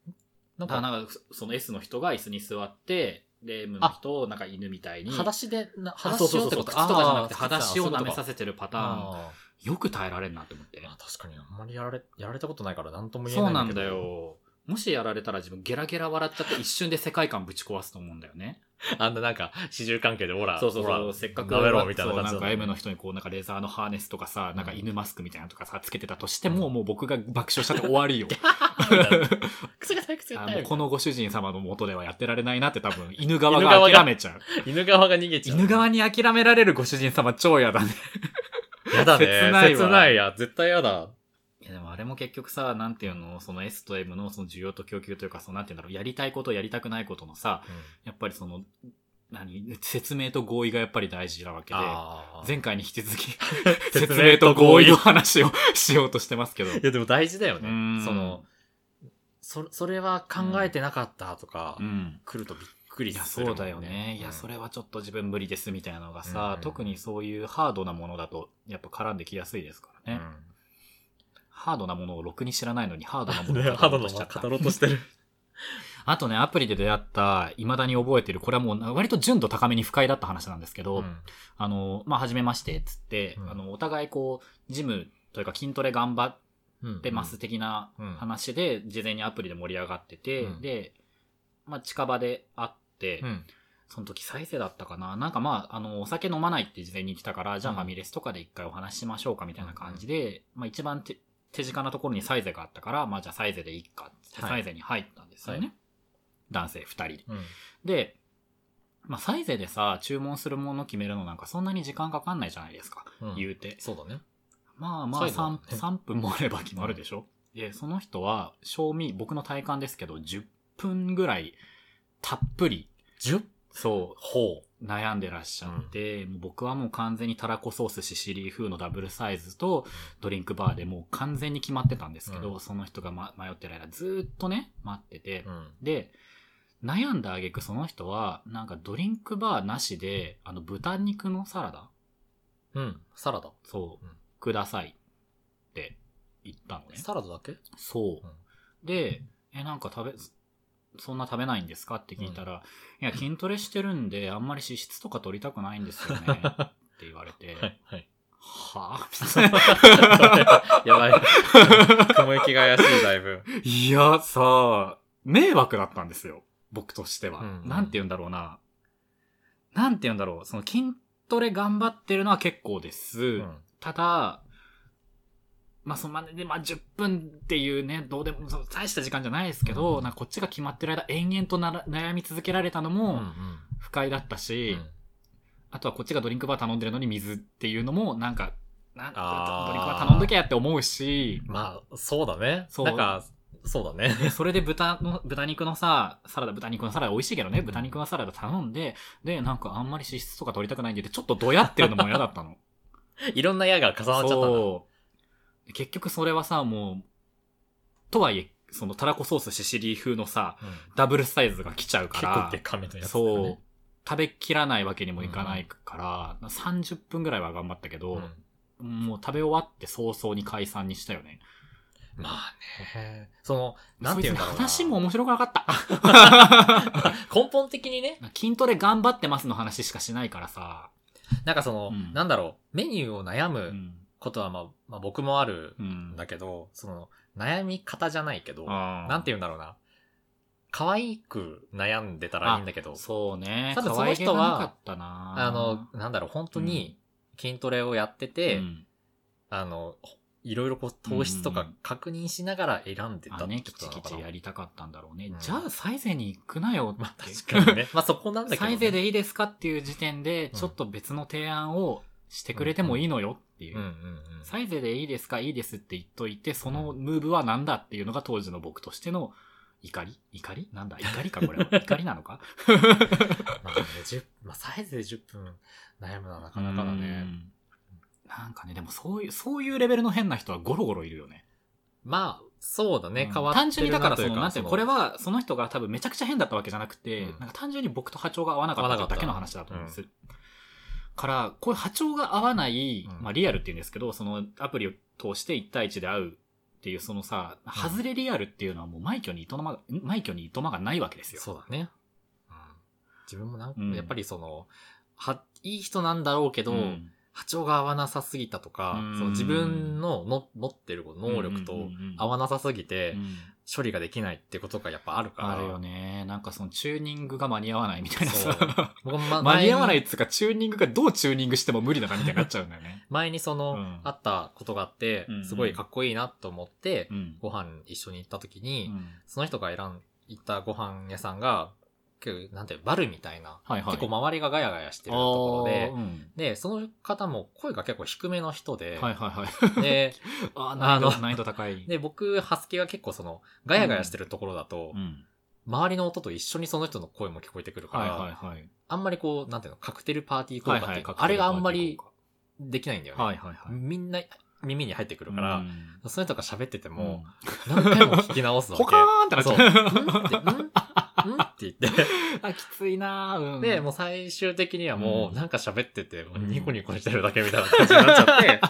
[SPEAKER 1] だ
[SPEAKER 2] なん
[SPEAKER 1] から
[SPEAKER 2] か、
[SPEAKER 1] なんか、その S の人が椅子に座って、で、M の人をなんか犬みたいに。
[SPEAKER 2] 裸足で、な
[SPEAKER 1] あ
[SPEAKER 2] 裸
[SPEAKER 1] そう
[SPEAKER 2] 足
[SPEAKER 1] そ
[SPEAKER 2] を
[SPEAKER 1] う
[SPEAKER 2] っ
[SPEAKER 1] そ
[SPEAKER 2] て
[SPEAKER 1] う
[SPEAKER 2] こ
[SPEAKER 1] 靴
[SPEAKER 2] と
[SPEAKER 1] とかじゃなくて
[SPEAKER 2] あー
[SPEAKER 1] 裸足を舐めさ
[SPEAKER 2] そういうこ
[SPEAKER 1] せてるパ
[SPEAKER 2] と
[SPEAKER 1] ターン、
[SPEAKER 2] かあ
[SPEAKER 1] よく耐えられんなと思って
[SPEAKER 2] ー。まあ確かに、あんまりやられ、やられたことないから何とも言え
[SPEAKER 1] そ
[SPEAKER 2] な
[SPEAKER 1] う
[SPEAKER 2] い
[SPEAKER 1] なんん
[SPEAKER 2] けど
[SPEAKER 1] だ。よ。もしやられたら自分ゲラゲラ笑っちゃって一瞬で世界観ぶち壊すと思うんだよね。
[SPEAKER 2] あんななんか、四十関係で、ほら、
[SPEAKER 1] そうそう
[SPEAKER 2] ほ
[SPEAKER 1] そ
[SPEAKER 2] ら
[SPEAKER 1] う、せっかく
[SPEAKER 2] 舐めろ、みたいな感じ
[SPEAKER 1] そうん
[SPEAKER 2] だった
[SPEAKER 1] か
[SPEAKER 2] のに
[SPEAKER 1] M の人にこうなんかレザーのハーネスとかさ、なんか
[SPEAKER 2] うん
[SPEAKER 1] 犬マスクみたいなのとかさ、つけてたとしても、もう僕が爆笑しちゃって終わ りよ。
[SPEAKER 2] 靴が痛い、靴が
[SPEAKER 1] あ
[SPEAKER 2] 痛
[SPEAKER 1] もう
[SPEAKER 2] い。
[SPEAKER 1] このご主人様の元ではやってられないなって多 分犬側
[SPEAKER 2] 犬側
[SPEAKER 1] が
[SPEAKER 2] が
[SPEAKER 1] 諦めちゃう。
[SPEAKER 2] 犬側が逃げちゃう。
[SPEAKER 1] 犬側に諦められるご主人様超嫌だね。
[SPEAKER 2] やだね。
[SPEAKER 1] 切ないわ
[SPEAKER 2] 切ないや。絶対やだ。
[SPEAKER 1] いやでもあれも結局さ、なんていうの、その S と M のその需要と供給というか、そのなんていうんだろう、やりたいことやりたくないことのさ、やっぱりその、何、説明と合意がやっぱり大事なわけで、
[SPEAKER 2] あー、
[SPEAKER 1] 前回に引き続き
[SPEAKER 2] 説
[SPEAKER 1] 説
[SPEAKER 2] 明
[SPEAKER 1] 明
[SPEAKER 2] と
[SPEAKER 1] と
[SPEAKER 2] 合
[SPEAKER 1] 合意
[SPEAKER 2] 意
[SPEAKER 1] の話をしようとしてますけど。
[SPEAKER 2] いや、でも大事だよ
[SPEAKER 1] う
[SPEAKER 2] ね。
[SPEAKER 1] ん
[SPEAKER 2] その、、そ、それは考えてなかったとか
[SPEAKER 1] う、ん。
[SPEAKER 2] 来るとびっくり
[SPEAKER 1] いや、
[SPEAKER 2] す
[SPEAKER 1] そ
[SPEAKER 2] るも。
[SPEAKER 1] うんだよね。いや、それはちょっと自分無理ですみたいなのがさ、
[SPEAKER 2] うん
[SPEAKER 1] 特にそういうハードなものだと、やっぱ絡んできやすいですからね。
[SPEAKER 2] うん
[SPEAKER 1] ハードなものをろくに知らないのに、ハードなもの
[SPEAKER 2] ね、
[SPEAKER 1] を
[SPEAKER 2] 肌の
[SPEAKER 1] しちゃった
[SPEAKER 2] 語ろうとしてる。
[SPEAKER 1] あとね、アプリで出会った、未だに覚えてる、これはもう割と純度高めに不快だった話なんですけど、あの、まあ、はじめまして、つって、
[SPEAKER 2] うん
[SPEAKER 1] あの、お互いこう、ジムというか筋トレ頑張ってます的な
[SPEAKER 2] うん
[SPEAKER 1] 話で、事前にアプリで盛り上がってて、
[SPEAKER 2] うん
[SPEAKER 1] で、まあ、近場で会って、
[SPEAKER 2] うん。
[SPEAKER 1] その時再生だったかななんかまあ、あの、お酒飲まないって事前に言ってたから、じゃあ
[SPEAKER 2] うん
[SPEAKER 1] ファミレスとかで一回お話ししましょうかみたいな感じで、まあ一番手手近なところにサイゼがあったから、まあじゃあサイゼでいいかっつって、
[SPEAKER 2] はい
[SPEAKER 1] サイゼに入ったんですよね。
[SPEAKER 2] は
[SPEAKER 1] 男性二人で。
[SPEAKER 2] うん。
[SPEAKER 1] で、まあサイゼでさ、注文するもの決めるのなんかそんなに時間かかんないじゃないですか、
[SPEAKER 2] うん
[SPEAKER 1] 言うて。
[SPEAKER 2] そうだね。
[SPEAKER 1] まあま
[SPEAKER 2] サ
[SPEAKER 1] あ
[SPEAKER 2] イゼだね
[SPEAKER 1] 3, 3分もあれば決まるでしょ。で、その人は、賞味、僕の体感ですけど、10分ぐらいたっぷり、
[SPEAKER 2] 十
[SPEAKER 1] そう、
[SPEAKER 2] ほ
[SPEAKER 1] 悩んでらっしゃって、もう僕はもう完全にたらこソースシシリー風のダブルサイズとドリンクバーでもう完全に決まってたんですけど、
[SPEAKER 2] う
[SPEAKER 1] その人が、ま、迷ってる間ずーっとね、待ってて、
[SPEAKER 2] う。うん。
[SPEAKER 1] で、悩んだ挙句その人は、なんかドリンクバーなしで、あの豚肉のサラダ
[SPEAKER 2] うん。サラダ。
[SPEAKER 1] そう、
[SPEAKER 2] うん
[SPEAKER 1] くださいって言ったのね。
[SPEAKER 2] サラダだけ
[SPEAKER 1] そう。
[SPEAKER 2] うん
[SPEAKER 1] で、え、なんか食べ、そんな食べないんですかって聞いたら、いや、筋トレしてるんで、あんまり脂質とか取りたくないんです よね。って言われて、
[SPEAKER 2] はい。はい。
[SPEAKER 1] は
[SPEAKER 2] や ばい。 雲行きが怪しい、だいぶ。
[SPEAKER 1] ぁ いや、さあ、迷惑だったんですよ。僕としては。
[SPEAKER 2] うん
[SPEAKER 1] なんて言うんだろうな。なんて言うんだろう。その筋トレ頑張ってるのは結構です。
[SPEAKER 2] うん。
[SPEAKER 1] ただ、まあ、そんなね、まあ、10分っていうね、どうでも、そう大した時間じゃないですけど、
[SPEAKER 2] うん
[SPEAKER 1] なんかこっちが決まってる間、延々となら悩み続けられたの
[SPEAKER 2] うん。う
[SPEAKER 1] も
[SPEAKER 2] ん。
[SPEAKER 1] 不快だったし、あとはこっちがドリンクバー頼んでるのに水っていうのも、なんか、なん
[SPEAKER 2] あー
[SPEAKER 1] ドリンクバー頼んどきゃって思うし、
[SPEAKER 2] まあ、そうだね。
[SPEAKER 1] そう
[SPEAKER 2] なんか、そうだね。
[SPEAKER 1] でそれで豚の、豚肉のさ、サラダ、豚肉のサラダ美味しいけどね、豚肉のサラダ頼んで、で、なんかあんまり脂質とか取りたくないんでって、ちょっとドヤってるのも嫌だったの。
[SPEAKER 2] いろんな矢が重なっちゃったんだ。
[SPEAKER 1] そう。結局それはさ、もう、とはいえ、そのたらこソースシシリー風のさ、
[SPEAKER 2] うん
[SPEAKER 1] ダブルサイズが来ちゃう
[SPEAKER 2] 結
[SPEAKER 1] か
[SPEAKER 2] 構
[SPEAKER 1] ら、
[SPEAKER 2] でかめのやつだ
[SPEAKER 1] そ
[SPEAKER 2] ね
[SPEAKER 1] う。。食べきらないわけにもいかないから、30分ぐらいは頑張ったけど、
[SPEAKER 2] うん
[SPEAKER 1] もう食べ終わって早々に解散にしたよね。
[SPEAKER 2] まあね。その、なんていうんだろうな。
[SPEAKER 1] そいつの話も面白くなかった。
[SPEAKER 2] 根本的にね、
[SPEAKER 1] 筋トレ頑張ってますの話しかしないからさ。
[SPEAKER 2] なんかその、
[SPEAKER 1] うん
[SPEAKER 2] なんだろう、メニューを悩
[SPEAKER 1] う
[SPEAKER 2] む
[SPEAKER 1] ん。
[SPEAKER 2] ことは、まあ、まあ僕もある
[SPEAKER 1] うん
[SPEAKER 2] んだけど、その、悩み方じゃないけど、な
[SPEAKER 1] なん
[SPEAKER 2] て言うんだろうな。可愛く悩んでたらいいんだけど、
[SPEAKER 1] そうね。
[SPEAKER 2] 多分
[SPEAKER 1] 可愛げ
[SPEAKER 2] その人は
[SPEAKER 1] がなかったな
[SPEAKER 2] あの、なんだろう、本当に筋トレをやってて、
[SPEAKER 1] うん
[SPEAKER 2] あの、いろいろこう糖質と
[SPEAKER 1] うんう
[SPEAKER 2] か
[SPEAKER 1] ん
[SPEAKER 2] 確認しながら選んでた
[SPEAKER 1] あ
[SPEAKER 2] って
[SPEAKER 1] ね、
[SPEAKER 2] こ
[SPEAKER 1] き
[SPEAKER 2] と
[SPEAKER 1] ち
[SPEAKER 2] なの
[SPEAKER 1] き
[SPEAKER 2] かな
[SPEAKER 1] ちやりたかったんだろうね。
[SPEAKER 2] うん
[SPEAKER 1] じゃあ、サイゼに行くなよって。
[SPEAKER 2] まあ確かにね。まあそこなんだけど、
[SPEAKER 1] サ
[SPEAKER 2] ね。
[SPEAKER 1] イゼでいいですかっていう時点で、
[SPEAKER 2] うん
[SPEAKER 1] ちょっと別の提案をしてくれてもいいのよっていう。
[SPEAKER 2] うんうんうん。
[SPEAKER 1] サイゼでいいですかいいですって言っといて、そのムーブはなんだっていうのが当時の僕としての怒り怒りなんだ怒りか これは。怒りなのか
[SPEAKER 2] まあね、10まあサイズで10分悩むのはなかなかだね。
[SPEAKER 1] うんなんかね、でもそういう、そういうレベルの変な人はゴロゴロいるよね。
[SPEAKER 2] まあ、そうだね、
[SPEAKER 1] うん
[SPEAKER 2] 変わってる
[SPEAKER 1] 単純にだからそ
[SPEAKER 2] とい
[SPEAKER 1] の、
[SPEAKER 2] う
[SPEAKER 1] なんていうのこれはその人が多分めちゃくちゃ変だったわけじゃなくて、
[SPEAKER 2] うん
[SPEAKER 1] なんか単純に僕と波長が合わなかっただけの話だと思うんです。から、こういう波長が合わない、
[SPEAKER 2] うん
[SPEAKER 1] まあリアルって言うんですけど、そのアプリを通して1対1で会うっていう、そのさ、
[SPEAKER 2] うん
[SPEAKER 1] 外れリアルっていうのはもう枚挙にいとまが、枚挙にいとまがないわけですよ。
[SPEAKER 2] そうだね。うん自分もなんか、
[SPEAKER 1] うん
[SPEAKER 2] やっぱりその、は、いい人なんだろうけど、
[SPEAKER 1] うん
[SPEAKER 2] 波長が合わなさすぎたとか、
[SPEAKER 1] うん
[SPEAKER 2] その自分のの持ってる能力
[SPEAKER 1] うんうん
[SPEAKER 2] と
[SPEAKER 1] うんうん
[SPEAKER 2] 合わなさすぎて
[SPEAKER 1] う、ん
[SPEAKER 2] 処理ができないってことがやっぱあるから。
[SPEAKER 1] あるよね。なんかそのチューニングが間に合わないみたいな
[SPEAKER 2] そう
[SPEAKER 1] さ。
[SPEAKER 2] 僕も ま
[SPEAKER 1] 間に合わない
[SPEAKER 2] 前。
[SPEAKER 1] っつうか、チューニングがどうチューニングしても無理だなみたいになっちゃうんだよね
[SPEAKER 2] 前にその、
[SPEAKER 1] うん
[SPEAKER 2] あったことがあって
[SPEAKER 1] うんう、ん
[SPEAKER 2] すごいかっこいいなと思って、
[SPEAKER 1] うん。
[SPEAKER 2] ご飯一緒に行った時
[SPEAKER 1] う
[SPEAKER 2] に、
[SPEAKER 1] ん
[SPEAKER 2] その人が選ん、行ったご飯屋さんが、結構、なんていうのバルみたいな、
[SPEAKER 1] はいはい。
[SPEAKER 2] 結構周りがガヤガヤしてるところで
[SPEAKER 1] あー、うん
[SPEAKER 2] で、その方も声が結構低めの人で、
[SPEAKER 1] はいはいはい。
[SPEAKER 2] で、
[SPEAKER 1] あー
[SPEAKER 2] あの
[SPEAKER 1] 難易度高い。
[SPEAKER 2] で、僕、ハスキーは結構その、ガヤガヤしてるところだと、
[SPEAKER 1] うん。
[SPEAKER 2] 周りの音と一緒にその人の声も聞こえてくるから、
[SPEAKER 1] はいはいはい。
[SPEAKER 2] あんまりこう、なんていうの、カクテルパーティー効果
[SPEAKER 1] は
[SPEAKER 2] っ
[SPEAKER 1] い
[SPEAKER 2] ていうか、
[SPEAKER 1] はい。
[SPEAKER 2] あれがあんまりできないんだよね。
[SPEAKER 1] はいはいはい。
[SPEAKER 2] みんな耳に入ってくるから、その人が喋ってて
[SPEAKER 1] うん、
[SPEAKER 2] も、何回も聞き直す
[SPEAKER 1] うん、
[SPEAKER 2] わけ。
[SPEAKER 1] ポカーンってなっち
[SPEAKER 2] そう。
[SPEAKER 1] ゃ
[SPEAKER 2] うん
[SPEAKER 1] う。
[SPEAKER 2] って、うんうんって言って。
[SPEAKER 1] あ、きついなーうん。
[SPEAKER 2] で、もう最終的にはも
[SPEAKER 1] う
[SPEAKER 2] う、
[SPEAKER 1] ん
[SPEAKER 2] なんか喋ってて、もううんニコニコしてるだけみたいな感じになっちゃ って、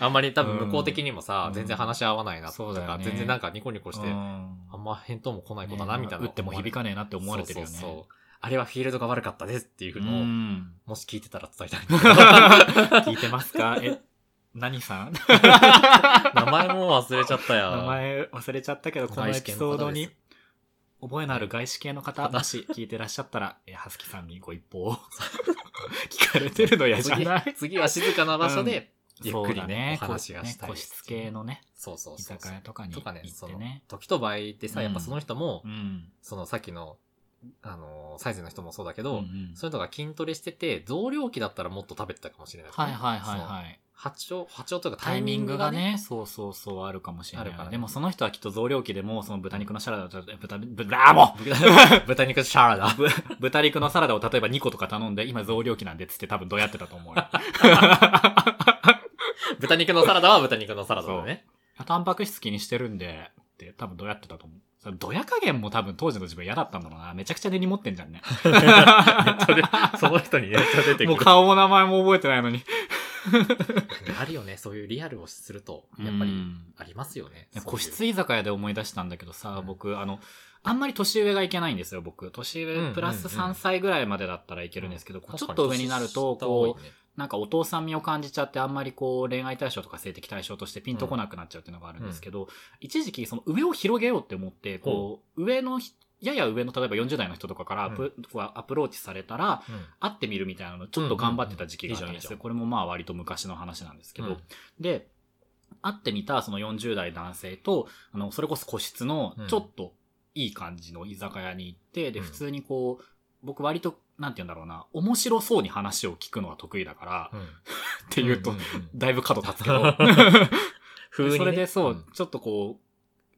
[SPEAKER 2] あんまり多分向こう的にもさ
[SPEAKER 1] う、ん
[SPEAKER 2] 全然話し合わないな
[SPEAKER 1] そ
[SPEAKER 2] と
[SPEAKER 1] うだよ
[SPEAKER 2] か、
[SPEAKER 1] ね
[SPEAKER 2] 全然なんかニコニコ
[SPEAKER 1] う
[SPEAKER 2] し
[SPEAKER 1] ん、
[SPEAKER 2] て、あんま返答も来ない子だな、
[SPEAKER 1] ね
[SPEAKER 2] みたいな。
[SPEAKER 1] 打っても響かねえなって思われてるよね。
[SPEAKER 2] そうそうそうあれはフィールドが悪かったですっていう
[SPEAKER 1] う
[SPEAKER 2] のを、
[SPEAKER 1] ん。
[SPEAKER 2] もし聞いてたら伝えたいんだ け
[SPEAKER 1] 聞いてますかえ、何さん
[SPEAKER 2] ど。名前も忘れちゃったよ。
[SPEAKER 1] 名前忘れちゃったけど、このエピソードに
[SPEAKER 2] 外資系の方で
[SPEAKER 1] 覚えのある外資系の方、もし聞いてらっしゃったら、え、はすきさんにご一報を聞かれてるの嫌じゃない
[SPEAKER 2] 次次は静かな場所で、ゆっ
[SPEAKER 1] そう
[SPEAKER 2] くり
[SPEAKER 1] だ
[SPEAKER 2] ね、お
[SPEAKER 1] こう
[SPEAKER 2] 話がしたい
[SPEAKER 1] ね個
[SPEAKER 2] です
[SPEAKER 1] 室系のね、
[SPEAKER 2] そうそう
[SPEAKER 1] 居
[SPEAKER 2] そう
[SPEAKER 1] 酒屋とかに
[SPEAKER 2] と
[SPEAKER 1] 行
[SPEAKER 2] か
[SPEAKER 1] っ
[SPEAKER 2] ね、そ
[SPEAKER 1] て
[SPEAKER 2] の
[SPEAKER 1] ね。、
[SPEAKER 2] 時と場合って
[SPEAKER 1] う
[SPEAKER 2] さ、
[SPEAKER 1] ん
[SPEAKER 2] やっぱその人も、
[SPEAKER 1] うん。
[SPEAKER 2] そのさっきの、あのーサイズの人もそうだけど、
[SPEAKER 1] うんうん
[SPEAKER 2] そういうのが筋トレしてて、増量期だったらもっと食べてたかもしれない、
[SPEAKER 1] はいはいはい
[SPEAKER 2] い。
[SPEAKER 1] はい。
[SPEAKER 2] 波長、波長というか
[SPEAKER 1] タ
[SPEAKER 2] タ
[SPEAKER 1] イ
[SPEAKER 2] イ
[SPEAKER 1] ミ
[SPEAKER 2] ミ
[SPEAKER 1] ン
[SPEAKER 2] ン
[SPEAKER 1] グ
[SPEAKER 2] グ
[SPEAKER 1] が
[SPEAKER 2] がね、
[SPEAKER 1] ね、そうそうそうあるかもしれない
[SPEAKER 2] あるか
[SPEAKER 1] よ
[SPEAKER 2] ら
[SPEAKER 1] ね。
[SPEAKER 2] ね
[SPEAKER 1] でもその人はきっと増量期でも、その豚肉のシャラダ、豚、豚、あーもう
[SPEAKER 2] 豚肉シャラ ダ。
[SPEAKER 1] ぶ豚肉のサラダを例えば2個とか頼んで、今増量期なんでっつって多分どうやってたと思うよ。
[SPEAKER 2] 豚肉のサラダは豚肉のサラダだね。
[SPEAKER 1] タンパク質気にしてるんで、って多分どうやってたと思う。そのドヤ加減も多分当時の自分嫌だったんだろうな。めちゃくちゃ根に持ってんじゃんね。
[SPEAKER 2] それその人にね、出て
[SPEAKER 1] もう
[SPEAKER 2] くる。
[SPEAKER 1] 顔も名前も覚えてないのに。
[SPEAKER 2] あるよね、そういうリアルをすると、やっぱ
[SPEAKER 1] う
[SPEAKER 2] り
[SPEAKER 1] ん
[SPEAKER 2] ありますよね。
[SPEAKER 1] 個室居酒屋で思い出したんだけどさ、
[SPEAKER 2] うん
[SPEAKER 1] 僕、あの、あんまり年上がいけないんですよ、僕。年
[SPEAKER 2] うんうんう
[SPEAKER 1] 上
[SPEAKER 2] ん
[SPEAKER 1] プラス3歳ぐらいまでだったらいけるんですけど、こうちょっと上になると、こう、
[SPEAKER 2] う
[SPEAKER 1] なんかお父さん味を感じちゃって、あんまりこう、恋愛対象とか性的対象としてピンとこなくなっちゃうっていうのがあるんですけど、一時期その上を広げようって思って、こう、上のひ、やや上の、例えば40代の人とかからアプ,、アプローチされたら、
[SPEAKER 2] ん、
[SPEAKER 1] 会ってみるみたいなの、ちょっと頑張ってた時期があったんです
[SPEAKER 2] うんうんうんいいじゃんいいじ
[SPEAKER 1] よ。
[SPEAKER 2] ゃん
[SPEAKER 1] これもまあ割と昔の話なんですけど、
[SPEAKER 2] うん
[SPEAKER 1] で、会ってみたその40代男性と、あの、それこそ個室の
[SPEAKER 2] うん
[SPEAKER 1] ちょっといい感じの居酒屋に行って、で、
[SPEAKER 2] うん
[SPEAKER 1] 普通にこう、僕割と、なんて言うんだろうな、面白そうに話を聞くのは得意だから、
[SPEAKER 2] うん。っ
[SPEAKER 1] って言うと、だいぶ角立つけど、
[SPEAKER 2] 風にね
[SPEAKER 1] それでそう、
[SPEAKER 2] ん
[SPEAKER 1] ちょっとこ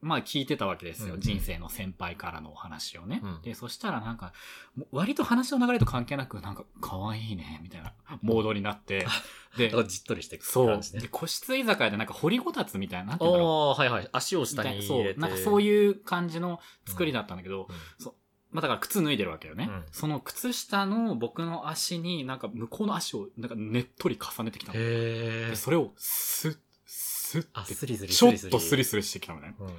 [SPEAKER 1] う、まあ聞いてたわけですよ。
[SPEAKER 2] うん
[SPEAKER 1] 人生の先輩からのお話をね。
[SPEAKER 2] うん
[SPEAKER 1] で、そしたらなんか、もう割と話の流れと関係なく、なんか、可愛いね、みたいなモードにな って。で
[SPEAKER 2] だか、らじっとりしていく
[SPEAKER 1] そう
[SPEAKER 2] 感じ、ね
[SPEAKER 1] で。個室居酒屋でなんか掘りごたつみたいな、なんていうんだろ
[SPEAKER 2] おー、はいはい。足を
[SPEAKER 1] う。み
[SPEAKER 2] 下
[SPEAKER 1] たい
[SPEAKER 2] に
[SPEAKER 1] な、
[SPEAKER 2] 入
[SPEAKER 1] そ
[SPEAKER 2] れ
[SPEAKER 1] う、
[SPEAKER 2] て。
[SPEAKER 1] なんかそう
[SPEAKER 2] い
[SPEAKER 1] いう感じの作りだったんだけど、
[SPEAKER 2] うん。
[SPEAKER 1] まあだから靴脱いでるわけよね。
[SPEAKER 2] うん
[SPEAKER 1] その靴下の僕の足になんか向こうの足をなんかねっとり重ねてきたの。
[SPEAKER 2] へ
[SPEAKER 1] で
[SPEAKER 2] ー
[SPEAKER 1] それをスッ、スッ
[SPEAKER 2] あ、
[SPEAKER 1] て
[SPEAKER 2] スリスリ
[SPEAKER 1] ちょっとスリ
[SPEAKER 2] ス
[SPEAKER 1] スリしてきたのね。
[SPEAKER 2] リ。うん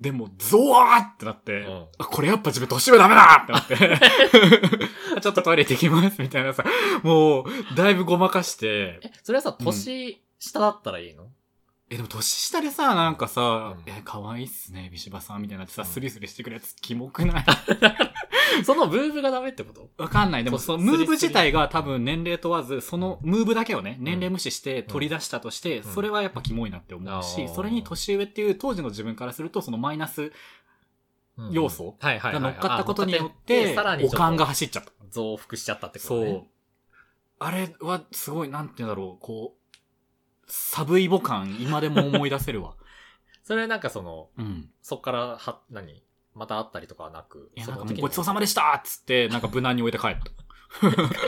[SPEAKER 1] でも、ゾワーってなって、
[SPEAKER 2] うん
[SPEAKER 1] あ、これやっぱ自分年上ダメだってなって、 ちょっとトイレ行ってきますみたいなさ、もう、だいぶごまかして、
[SPEAKER 2] え、それはさ、年下だったらい いの
[SPEAKER 1] え、でも年下でさ、なんかさ、
[SPEAKER 2] うん
[SPEAKER 1] え、可愛いっすね、ビシバさんみたいになって
[SPEAKER 2] う
[SPEAKER 1] さ、
[SPEAKER 2] ん
[SPEAKER 1] スリスリしてくるやつ、キモくない
[SPEAKER 2] そのブームがダメってこと
[SPEAKER 1] わかんない。でも、
[SPEAKER 2] そう
[SPEAKER 1] その
[SPEAKER 2] スリ
[SPEAKER 1] ム
[SPEAKER 2] スリ
[SPEAKER 1] ーブ自体が多分年齢問わず、そのムーブだけをね、年齢無視して取り出したとして、
[SPEAKER 2] うん
[SPEAKER 1] それはやっぱキモいなって思うし、
[SPEAKER 2] うん
[SPEAKER 1] それに年上っていう当時の自分からすると、そのマイナス要素
[SPEAKER 2] はいはい
[SPEAKER 1] が
[SPEAKER 2] はい。
[SPEAKER 1] 乗っかったことによっ
[SPEAKER 2] あ乗
[SPEAKER 1] て
[SPEAKER 2] かさら、に
[SPEAKER 1] おかんが走っちゃった。
[SPEAKER 2] 増幅しちゃったってこと
[SPEAKER 1] そう
[SPEAKER 2] ね。。
[SPEAKER 1] あれはすごい、なんて言うんだろう、こう、サブイボ感、今でも思い出せる わ。
[SPEAKER 2] それなんかその、
[SPEAKER 1] うん。
[SPEAKER 2] そっから、は、何また会ったりとかはなく。
[SPEAKER 1] いや、
[SPEAKER 2] そ
[SPEAKER 1] なん
[SPEAKER 2] の
[SPEAKER 1] か
[SPEAKER 2] 時
[SPEAKER 1] もう
[SPEAKER 2] に
[SPEAKER 1] ごちそうさまでしたっつって、なんか無難に置いて帰った。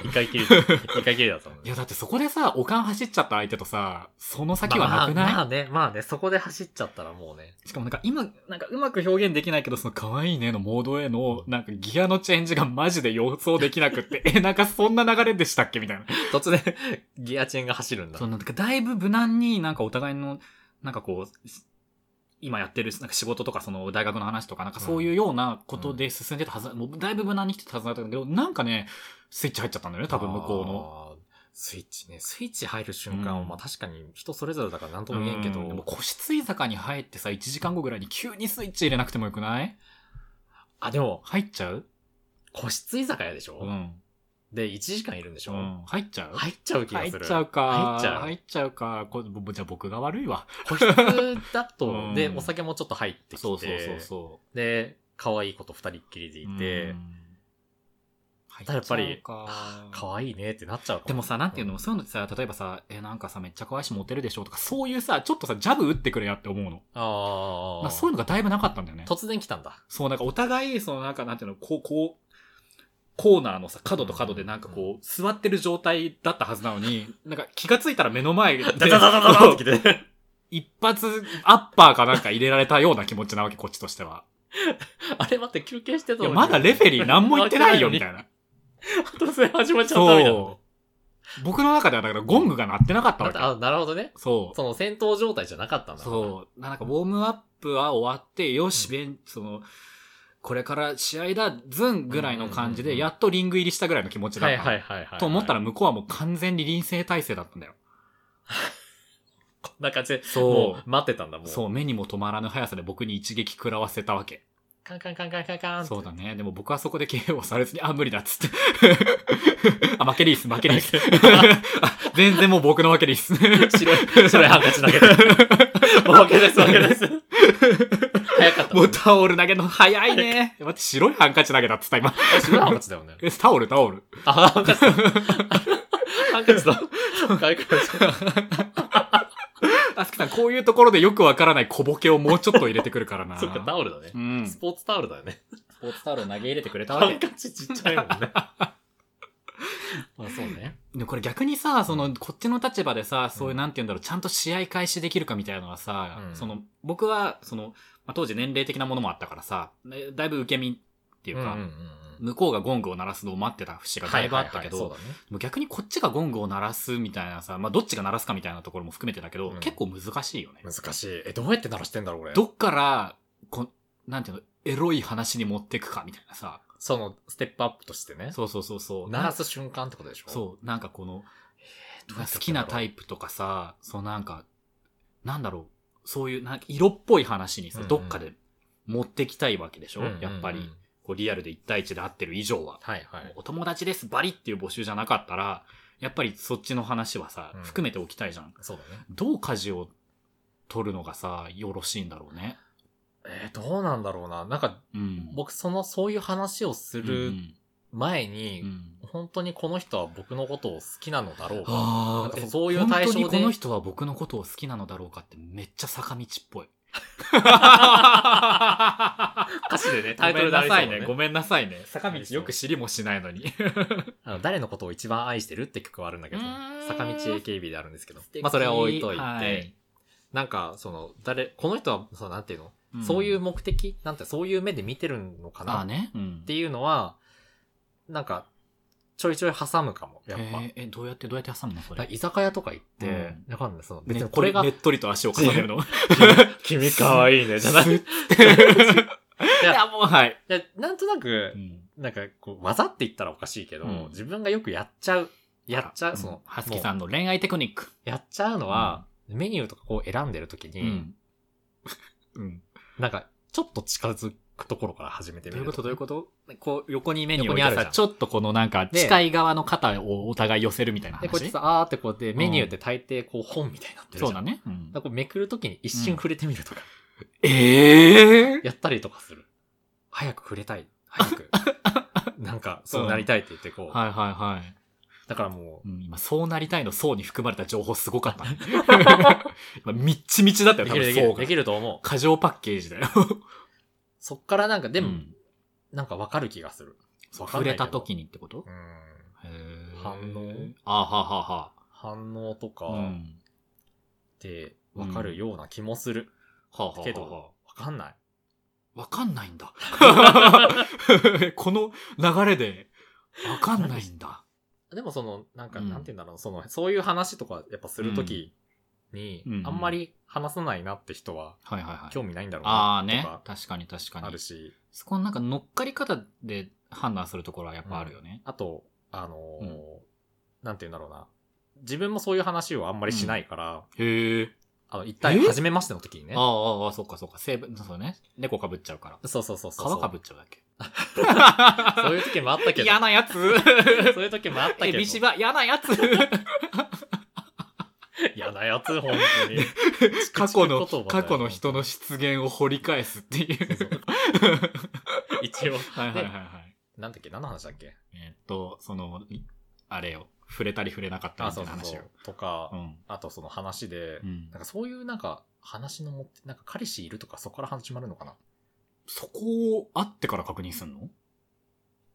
[SPEAKER 2] 一回きり、一回きりだったもん
[SPEAKER 1] い
[SPEAKER 2] ね。
[SPEAKER 1] や、だってそこでさ、おかん走っちゃった相手とさ、その先は
[SPEAKER 2] ま
[SPEAKER 1] な
[SPEAKER 2] あ
[SPEAKER 1] くない、
[SPEAKER 2] まあね、まあね、そこで走っちゃったらもうね。
[SPEAKER 1] しかもなんか今、なんかうまく表現できないけど、その可愛いねのモードへの、なんかギアのチェンジがマジで予想できなくって、 え、なんかそんな流れでしたっけみたいな。
[SPEAKER 2] 突然、 ギアチェーンが走るんだ。
[SPEAKER 1] そうなんかだいぶ無難になんかお互いの、なんかこう、し今やってるなんか仕事とかその大学の話とかなんかそういうようなことで進んでたはず、もうだいぶ無難に来てたはずだったんだけど、なんかね、スイッチ入っちゃったんだよね、多分向こうの。
[SPEAKER 2] の。スイッチね、スイッチ入る瞬間は、
[SPEAKER 1] うん
[SPEAKER 2] まあ確かに人それぞれだから何とも言えんけど、
[SPEAKER 1] うんでも個室居酒屋に入ってさ、1時間後ぐらいに急にスイッチ入れなくてもよくない
[SPEAKER 2] あ、でも、
[SPEAKER 1] 入っちゃう
[SPEAKER 2] 個室居酒屋でしょ、
[SPEAKER 1] うん。
[SPEAKER 2] で、1時間いるんでし
[SPEAKER 1] う
[SPEAKER 2] ょ、
[SPEAKER 1] ん。入っちゃう
[SPEAKER 2] 入っちゃう気が
[SPEAKER 1] 入
[SPEAKER 2] す
[SPEAKER 1] っ
[SPEAKER 2] る。
[SPEAKER 1] ちゃうか。
[SPEAKER 2] 入っちゃう
[SPEAKER 1] 入っちゃうか。こぼじゃあ僕が悪いわ。
[SPEAKER 2] 個室だと、
[SPEAKER 1] うん
[SPEAKER 2] で、お酒もちょっと入ってきて、
[SPEAKER 1] そうそうそうそ。
[SPEAKER 2] で、可愛い子と二人っきりでいうて、
[SPEAKER 1] うん、
[SPEAKER 2] ただやっぱり、
[SPEAKER 1] 入っちゃ
[SPEAKER 2] あ
[SPEAKER 1] うか
[SPEAKER 2] ー可愛いねってなっちゃうかも
[SPEAKER 1] でもさ、なんていうの、
[SPEAKER 2] うん
[SPEAKER 1] そういうのってさ、例えばさ、え、なんかさ、めっちゃ可愛いしモテるでしょとか、そういうさ、ちょっとさ、ジャブ打ってくれやって思うの。
[SPEAKER 2] あ
[SPEAKER 1] なんか
[SPEAKER 2] あ。
[SPEAKER 1] そういうのがだいぶなかったんだよね。
[SPEAKER 2] 突然来たんだ。
[SPEAKER 1] そう、なんかお互い、そのなんか、なんていうの、こう、こう、コーナーのさ、角と角でなんかこう、座ってる状態だったはずなの に、なんか気がついたら目の 前で、
[SPEAKER 2] ダダダダダダって来て。
[SPEAKER 1] 一発、アッパーかなんか入れられたような気持ちなわけ、こっちとしては。
[SPEAKER 2] あれ待って、休憩してた
[SPEAKER 1] い
[SPEAKER 2] の
[SPEAKER 1] や、
[SPEAKER 2] に
[SPEAKER 1] まだレフェリー何も言ってないよ、みたいな。
[SPEAKER 2] 突然始まっちゃったみたいな。
[SPEAKER 1] そう。僕の中では、だからゴングが鳴ってなかった
[SPEAKER 2] だ
[SPEAKER 1] わ
[SPEAKER 2] って
[SPEAKER 1] け。
[SPEAKER 2] あ、なるほどね。
[SPEAKER 1] そう。
[SPEAKER 2] その戦闘状態じゃなかったんだ。
[SPEAKER 1] そう。なんか、ウォームアップは終わって、よし、ベン、その、これから試合だ、ズンぐらいの感じ
[SPEAKER 2] うん
[SPEAKER 1] で、
[SPEAKER 2] うんうん
[SPEAKER 1] やっとリング入りしたぐらいの気持ちだっ
[SPEAKER 2] は
[SPEAKER 1] た
[SPEAKER 2] い
[SPEAKER 1] の。
[SPEAKER 2] はいはいはい。
[SPEAKER 1] と思ったら、向こうはもう完全に臨戦態勢だったんだよ。
[SPEAKER 2] こんな感じで、
[SPEAKER 1] そ
[SPEAKER 2] もう待ってたんだ、も
[SPEAKER 1] う。
[SPEAKER 2] う。
[SPEAKER 1] そう、目にも止まらぬ速さで僕に一撃食らわせたわけ。
[SPEAKER 2] カンカンカンカンカンカンって
[SPEAKER 1] そうだね。でも僕はそこで KO されずに、あ、無理だっつ って。あ、負けリース、負けリース。あ全然もう僕の負けリース。
[SPEAKER 2] 白い、白いハンカチ投げて。もう負けです、負けです。早かった。
[SPEAKER 1] もうタオル投げるの早いね。待って、白いハンカチ投げたっつった、今。
[SPEAKER 2] あ白いハンカチだよね。
[SPEAKER 1] えタオル、タオル。
[SPEAKER 2] あ、ハンカチ だ。ハンカチだ。ハンカチだ。
[SPEAKER 1] あすきさん、こういうところでよくわからない小ボケをもうちょっと入れてくるから な。
[SPEAKER 2] そっか、タオルだね
[SPEAKER 1] う。ん。
[SPEAKER 2] スポーツタオルだよね。
[SPEAKER 1] スポーツタオルを投げ入れてくれた
[SPEAKER 2] ハン。カチちっちゃいもんね。まあそうね。
[SPEAKER 1] でもこれ逆にさ、その、こっちの立場でさ、そういう、なんて言うんだろう、ちゃんと試合開始できるかみたいなのはさ、
[SPEAKER 2] うん
[SPEAKER 1] その、僕は、その、まあ、当時年齢的なものもあったからさ、ねだいぶ受け身っていうか、
[SPEAKER 2] うんうんうん
[SPEAKER 1] 向こうがゴングを鳴らすのを待ってた節がだいぶあったけど、
[SPEAKER 2] はいはいはいそうだね
[SPEAKER 1] でも逆にこっちがゴングを鳴らすみたいなさ、まあ、どっちが鳴らすかみたいなところも含めてだけど、
[SPEAKER 2] うん
[SPEAKER 1] 結構難しいよね。
[SPEAKER 2] 難しい。え、どうやって鳴らしてんだろう、俺。
[SPEAKER 1] どっから、こうなんていうの、エロい話に持ってくかみたいなさ、
[SPEAKER 2] その、ステップアップとしてね。
[SPEAKER 1] そうそうそうそう。
[SPEAKER 2] 鳴らす瞬間ってことでしょ
[SPEAKER 1] そう、なんかこの、
[SPEAKER 2] どうやってやってんだろう
[SPEAKER 1] 好きなタイプとかさ、そうなんか、なんだろう、そういう、なんか色っぽい話にさ、
[SPEAKER 2] うんうん
[SPEAKER 1] どっかで持ってきたいわけでしょ、
[SPEAKER 2] うんうんうん
[SPEAKER 1] やっぱり、こうリアルで1対1で会ってる以上は。
[SPEAKER 2] はいはい。
[SPEAKER 1] お友達です、バリっていう募集じゃなかったら、やっぱりそっちの話はさ
[SPEAKER 2] う、ん
[SPEAKER 1] 含めておきたいじゃん。
[SPEAKER 2] そうだね。
[SPEAKER 1] どう舵を取るのがさ、よろしいんだろうね。
[SPEAKER 2] えーどうなんだろうな。なんか、
[SPEAKER 1] うん。
[SPEAKER 2] 僕、その、そういう話をす
[SPEAKER 1] う
[SPEAKER 2] る
[SPEAKER 1] ん
[SPEAKER 2] 前
[SPEAKER 1] う
[SPEAKER 2] に、
[SPEAKER 1] んうん
[SPEAKER 2] 本当にこの人は僕のことを好きなのだろうか。
[SPEAKER 1] あ
[SPEAKER 2] な
[SPEAKER 1] あ、
[SPEAKER 2] んかそういう対象で
[SPEAKER 1] 本当にこの人は僕のことを好きなのだろうかってめっちゃ坂道っぽい。
[SPEAKER 2] 歌詞でね、
[SPEAKER 1] タ
[SPEAKER 2] タ
[SPEAKER 1] イ
[SPEAKER 2] イ
[SPEAKER 1] トル
[SPEAKER 2] トル
[SPEAKER 1] な
[SPEAKER 2] な
[SPEAKER 1] さ
[SPEAKER 2] さ
[SPEAKER 1] い
[SPEAKER 2] い
[SPEAKER 1] ね。
[SPEAKER 2] ね。
[SPEAKER 1] ごめんなさいね。坂道
[SPEAKER 2] 道
[SPEAKER 1] よ
[SPEAKER 2] よ
[SPEAKER 1] く
[SPEAKER 2] く
[SPEAKER 1] 知りもしないのに。
[SPEAKER 2] あの誰のことを一番愛してるって曲はあるんだけど
[SPEAKER 1] うー、ん
[SPEAKER 2] 坂道 AKB であるんですけど、まあそれは置いといて、
[SPEAKER 1] はい
[SPEAKER 2] なんか、その、誰、この人は、そのなんていうの、そういう目的なんてそういう目で見てるのか
[SPEAKER 1] あ
[SPEAKER 2] な
[SPEAKER 1] あ
[SPEAKER 2] っ
[SPEAKER 1] ね。
[SPEAKER 2] ていうのは、なんか、ちょいちょい挟むかも、やっぱ。
[SPEAKER 1] えーえ、どうやって、どうやって挟むのそ
[SPEAKER 2] だから
[SPEAKER 1] れ。
[SPEAKER 2] 居酒屋とか行って、
[SPEAKER 1] うん
[SPEAKER 2] わかんない、その、
[SPEAKER 1] ね
[SPEAKER 2] 別
[SPEAKER 1] っ
[SPEAKER 2] に
[SPEAKER 1] と
[SPEAKER 2] これ
[SPEAKER 1] り
[SPEAKER 2] が
[SPEAKER 1] ねっ、とりと足を重ねるの。
[SPEAKER 2] 君可愛いね、じゃない。 い
[SPEAKER 1] いや、もうはい。
[SPEAKER 2] や、なんとなく
[SPEAKER 1] う、ん
[SPEAKER 2] なんか、こう、技って言ったらおかしいけど、
[SPEAKER 1] うん
[SPEAKER 2] 自分がよくやっちゃう。やっちゃう、その、
[SPEAKER 1] ハスキさ
[SPEAKER 2] も
[SPEAKER 1] んの恋愛テクニック。
[SPEAKER 2] うやっちゃうのは、メニューとかこう選んでるとき
[SPEAKER 1] う
[SPEAKER 2] に、
[SPEAKER 1] ん。 うん。
[SPEAKER 2] なんか、ちょっと近づくところから始めてみ
[SPEAKER 1] どうい
[SPEAKER 2] る。
[SPEAKER 1] うことどういうことこう、横にメニュー
[SPEAKER 2] 横
[SPEAKER 1] に
[SPEAKER 2] に
[SPEAKER 1] あ
[SPEAKER 2] あ
[SPEAKER 1] る
[SPEAKER 2] るじゃ
[SPEAKER 1] さ、
[SPEAKER 2] ん
[SPEAKER 1] ちょっとこのなんか、
[SPEAKER 2] で
[SPEAKER 1] 近い側の肩をお互い寄せるみたいな
[SPEAKER 2] で、こうやって
[SPEAKER 1] 話。
[SPEAKER 2] さ、あーってこうやって、メニューって大抵こう本みたいになってるじ
[SPEAKER 1] そ
[SPEAKER 2] ゃん。
[SPEAKER 1] うだね。うん
[SPEAKER 2] なんかこうめくるときに一瞬触れてみる とか、
[SPEAKER 1] ええ
[SPEAKER 2] やったりとかする。早く触 れたい。早く。なんか、そうなりたいって言ってこう。
[SPEAKER 1] はいはいはい。
[SPEAKER 2] だからも
[SPEAKER 1] うん、今、そうなりたいの層に含まれた情報すごかった ね。今、みっちみちだった
[SPEAKER 2] う、
[SPEAKER 1] よ、
[SPEAKER 2] で
[SPEAKER 1] 多
[SPEAKER 2] きる
[SPEAKER 1] 分層
[SPEAKER 2] できるで
[SPEAKER 1] が
[SPEAKER 2] き。ると思う。
[SPEAKER 1] 過剰パッケージだよ。
[SPEAKER 2] そっからなんか、でも、
[SPEAKER 1] うん
[SPEAKER 2] なんかわかる気がする。わか
[SPEAKER 1] 触
[SPEAKER 2] ん
[SPEAKER 1] れ
[SPEAKER 2] ないけど
[SPEAKER 1] た時にってこと
[SPEAKER 2] うん。
[SPEAKER 1] へ
[SPEAKER 2] 反応
[SPEAKER 1] あははは
[SPEAKER 2] 反応とか
[SPEAKER 1] は。うん。
[SPEAKER 2] ってわかるような気もする。
[SPEAKER 1] はあはあはあ
[SPEAKER 2] けどわかんない。
[SPEAKER 1] わかんないんだ。 この流れで、わかんないんだ。
[SPEAKER 2] でもその、なんか、
[SPEAKER 1] うん
[SPEAKER 2] なんて言うんだろう、その、そういう話とかやっぱするときに
[SPEAKER 1] うんう、ん
[SPEAKER 2] あんまり話さないなって人は
[SPEAKER 1] はいはいはい。
[SPEAKER 2] 興味ないんだろう
[SPEAKER 1] ああ
[SPEAKER 2] な、
[SPEAKER 1] ね
[SPEAKER 2] と。か
[SPEAKER 1] 確かに確か
[SPEAKER 2] あ
[SPEAKER 1] に
[SPEAKER 2] る。し、
[SPEAKER 1] そこのなんか乗っかり方で判断するところはやっぱあるよね。
[SPEAKER 2] あと、あのー
[SPEAKER 1] う
[SPEAKER 2] なんて言うんだろうな。自分もそういう話をあんまりしないから、
[SPEAKER 1] へえ。
[SPEAKER 2] あの、一体、
[SPEAKER 1] え
[SPEAKER 2] 初めましての時にね
[SPEAKER 1] あ。あ、ああ、そっかそっか。成分、そうね。猫かぶっちゃうから。
[SPEAKER 2] そうそうそうそう。
[SPEAKER 1] 皮かぶっちゃうだけ。
[SPEAKER 2] そういう時もあったけど。
[SPEAKER 1] 嫌なやつ
[SPEAKER 2] そういう時もあった
[SPEAKER 1] エ
[SPEAKER 2] けど。
[SPEAKER 1] ビシバ、嫌なや つ
[SPEAKER 2] 嫌なやつ、本当に。
[SPEAKER 1] 過去の
[SPEAKER 2] 口言葉、だ
[SPEAKER 1] 過
[SPEAKER 2] よ
[SPEAKER 1] 去の人の出現を掘り返すっていう。
[SPEAKER 2] そうそう一応。
[SPEAKER 1] はいはいはいはい。
[SPEAKER 2] なんだっけ何の話だっけ
[SPEAKER 1] えーっと、その、いあれよ、触れたり触れなかったり
[SPEAKER 2] あ、
[SPEAKER 1] みたい
[SPEAKER 2] そ
[SPEAKER 1] うな
[SPEAKER 2] そう
[SPEAKER 1] 話
[SPEAKER 2] そ
[SPEAKER 1] を
[SPEAKER 2] う。。とか、
[SPEAKER 1] うん。
[SPEAKER 2] あとその話で、
[SPEAKER 1] うん
[SPEAKER 2] なんかそういうなんか話の持って、なんか彼氏いるとかそこから始まるのかな
[SPEAKER 1] そこを会ってから確認すんの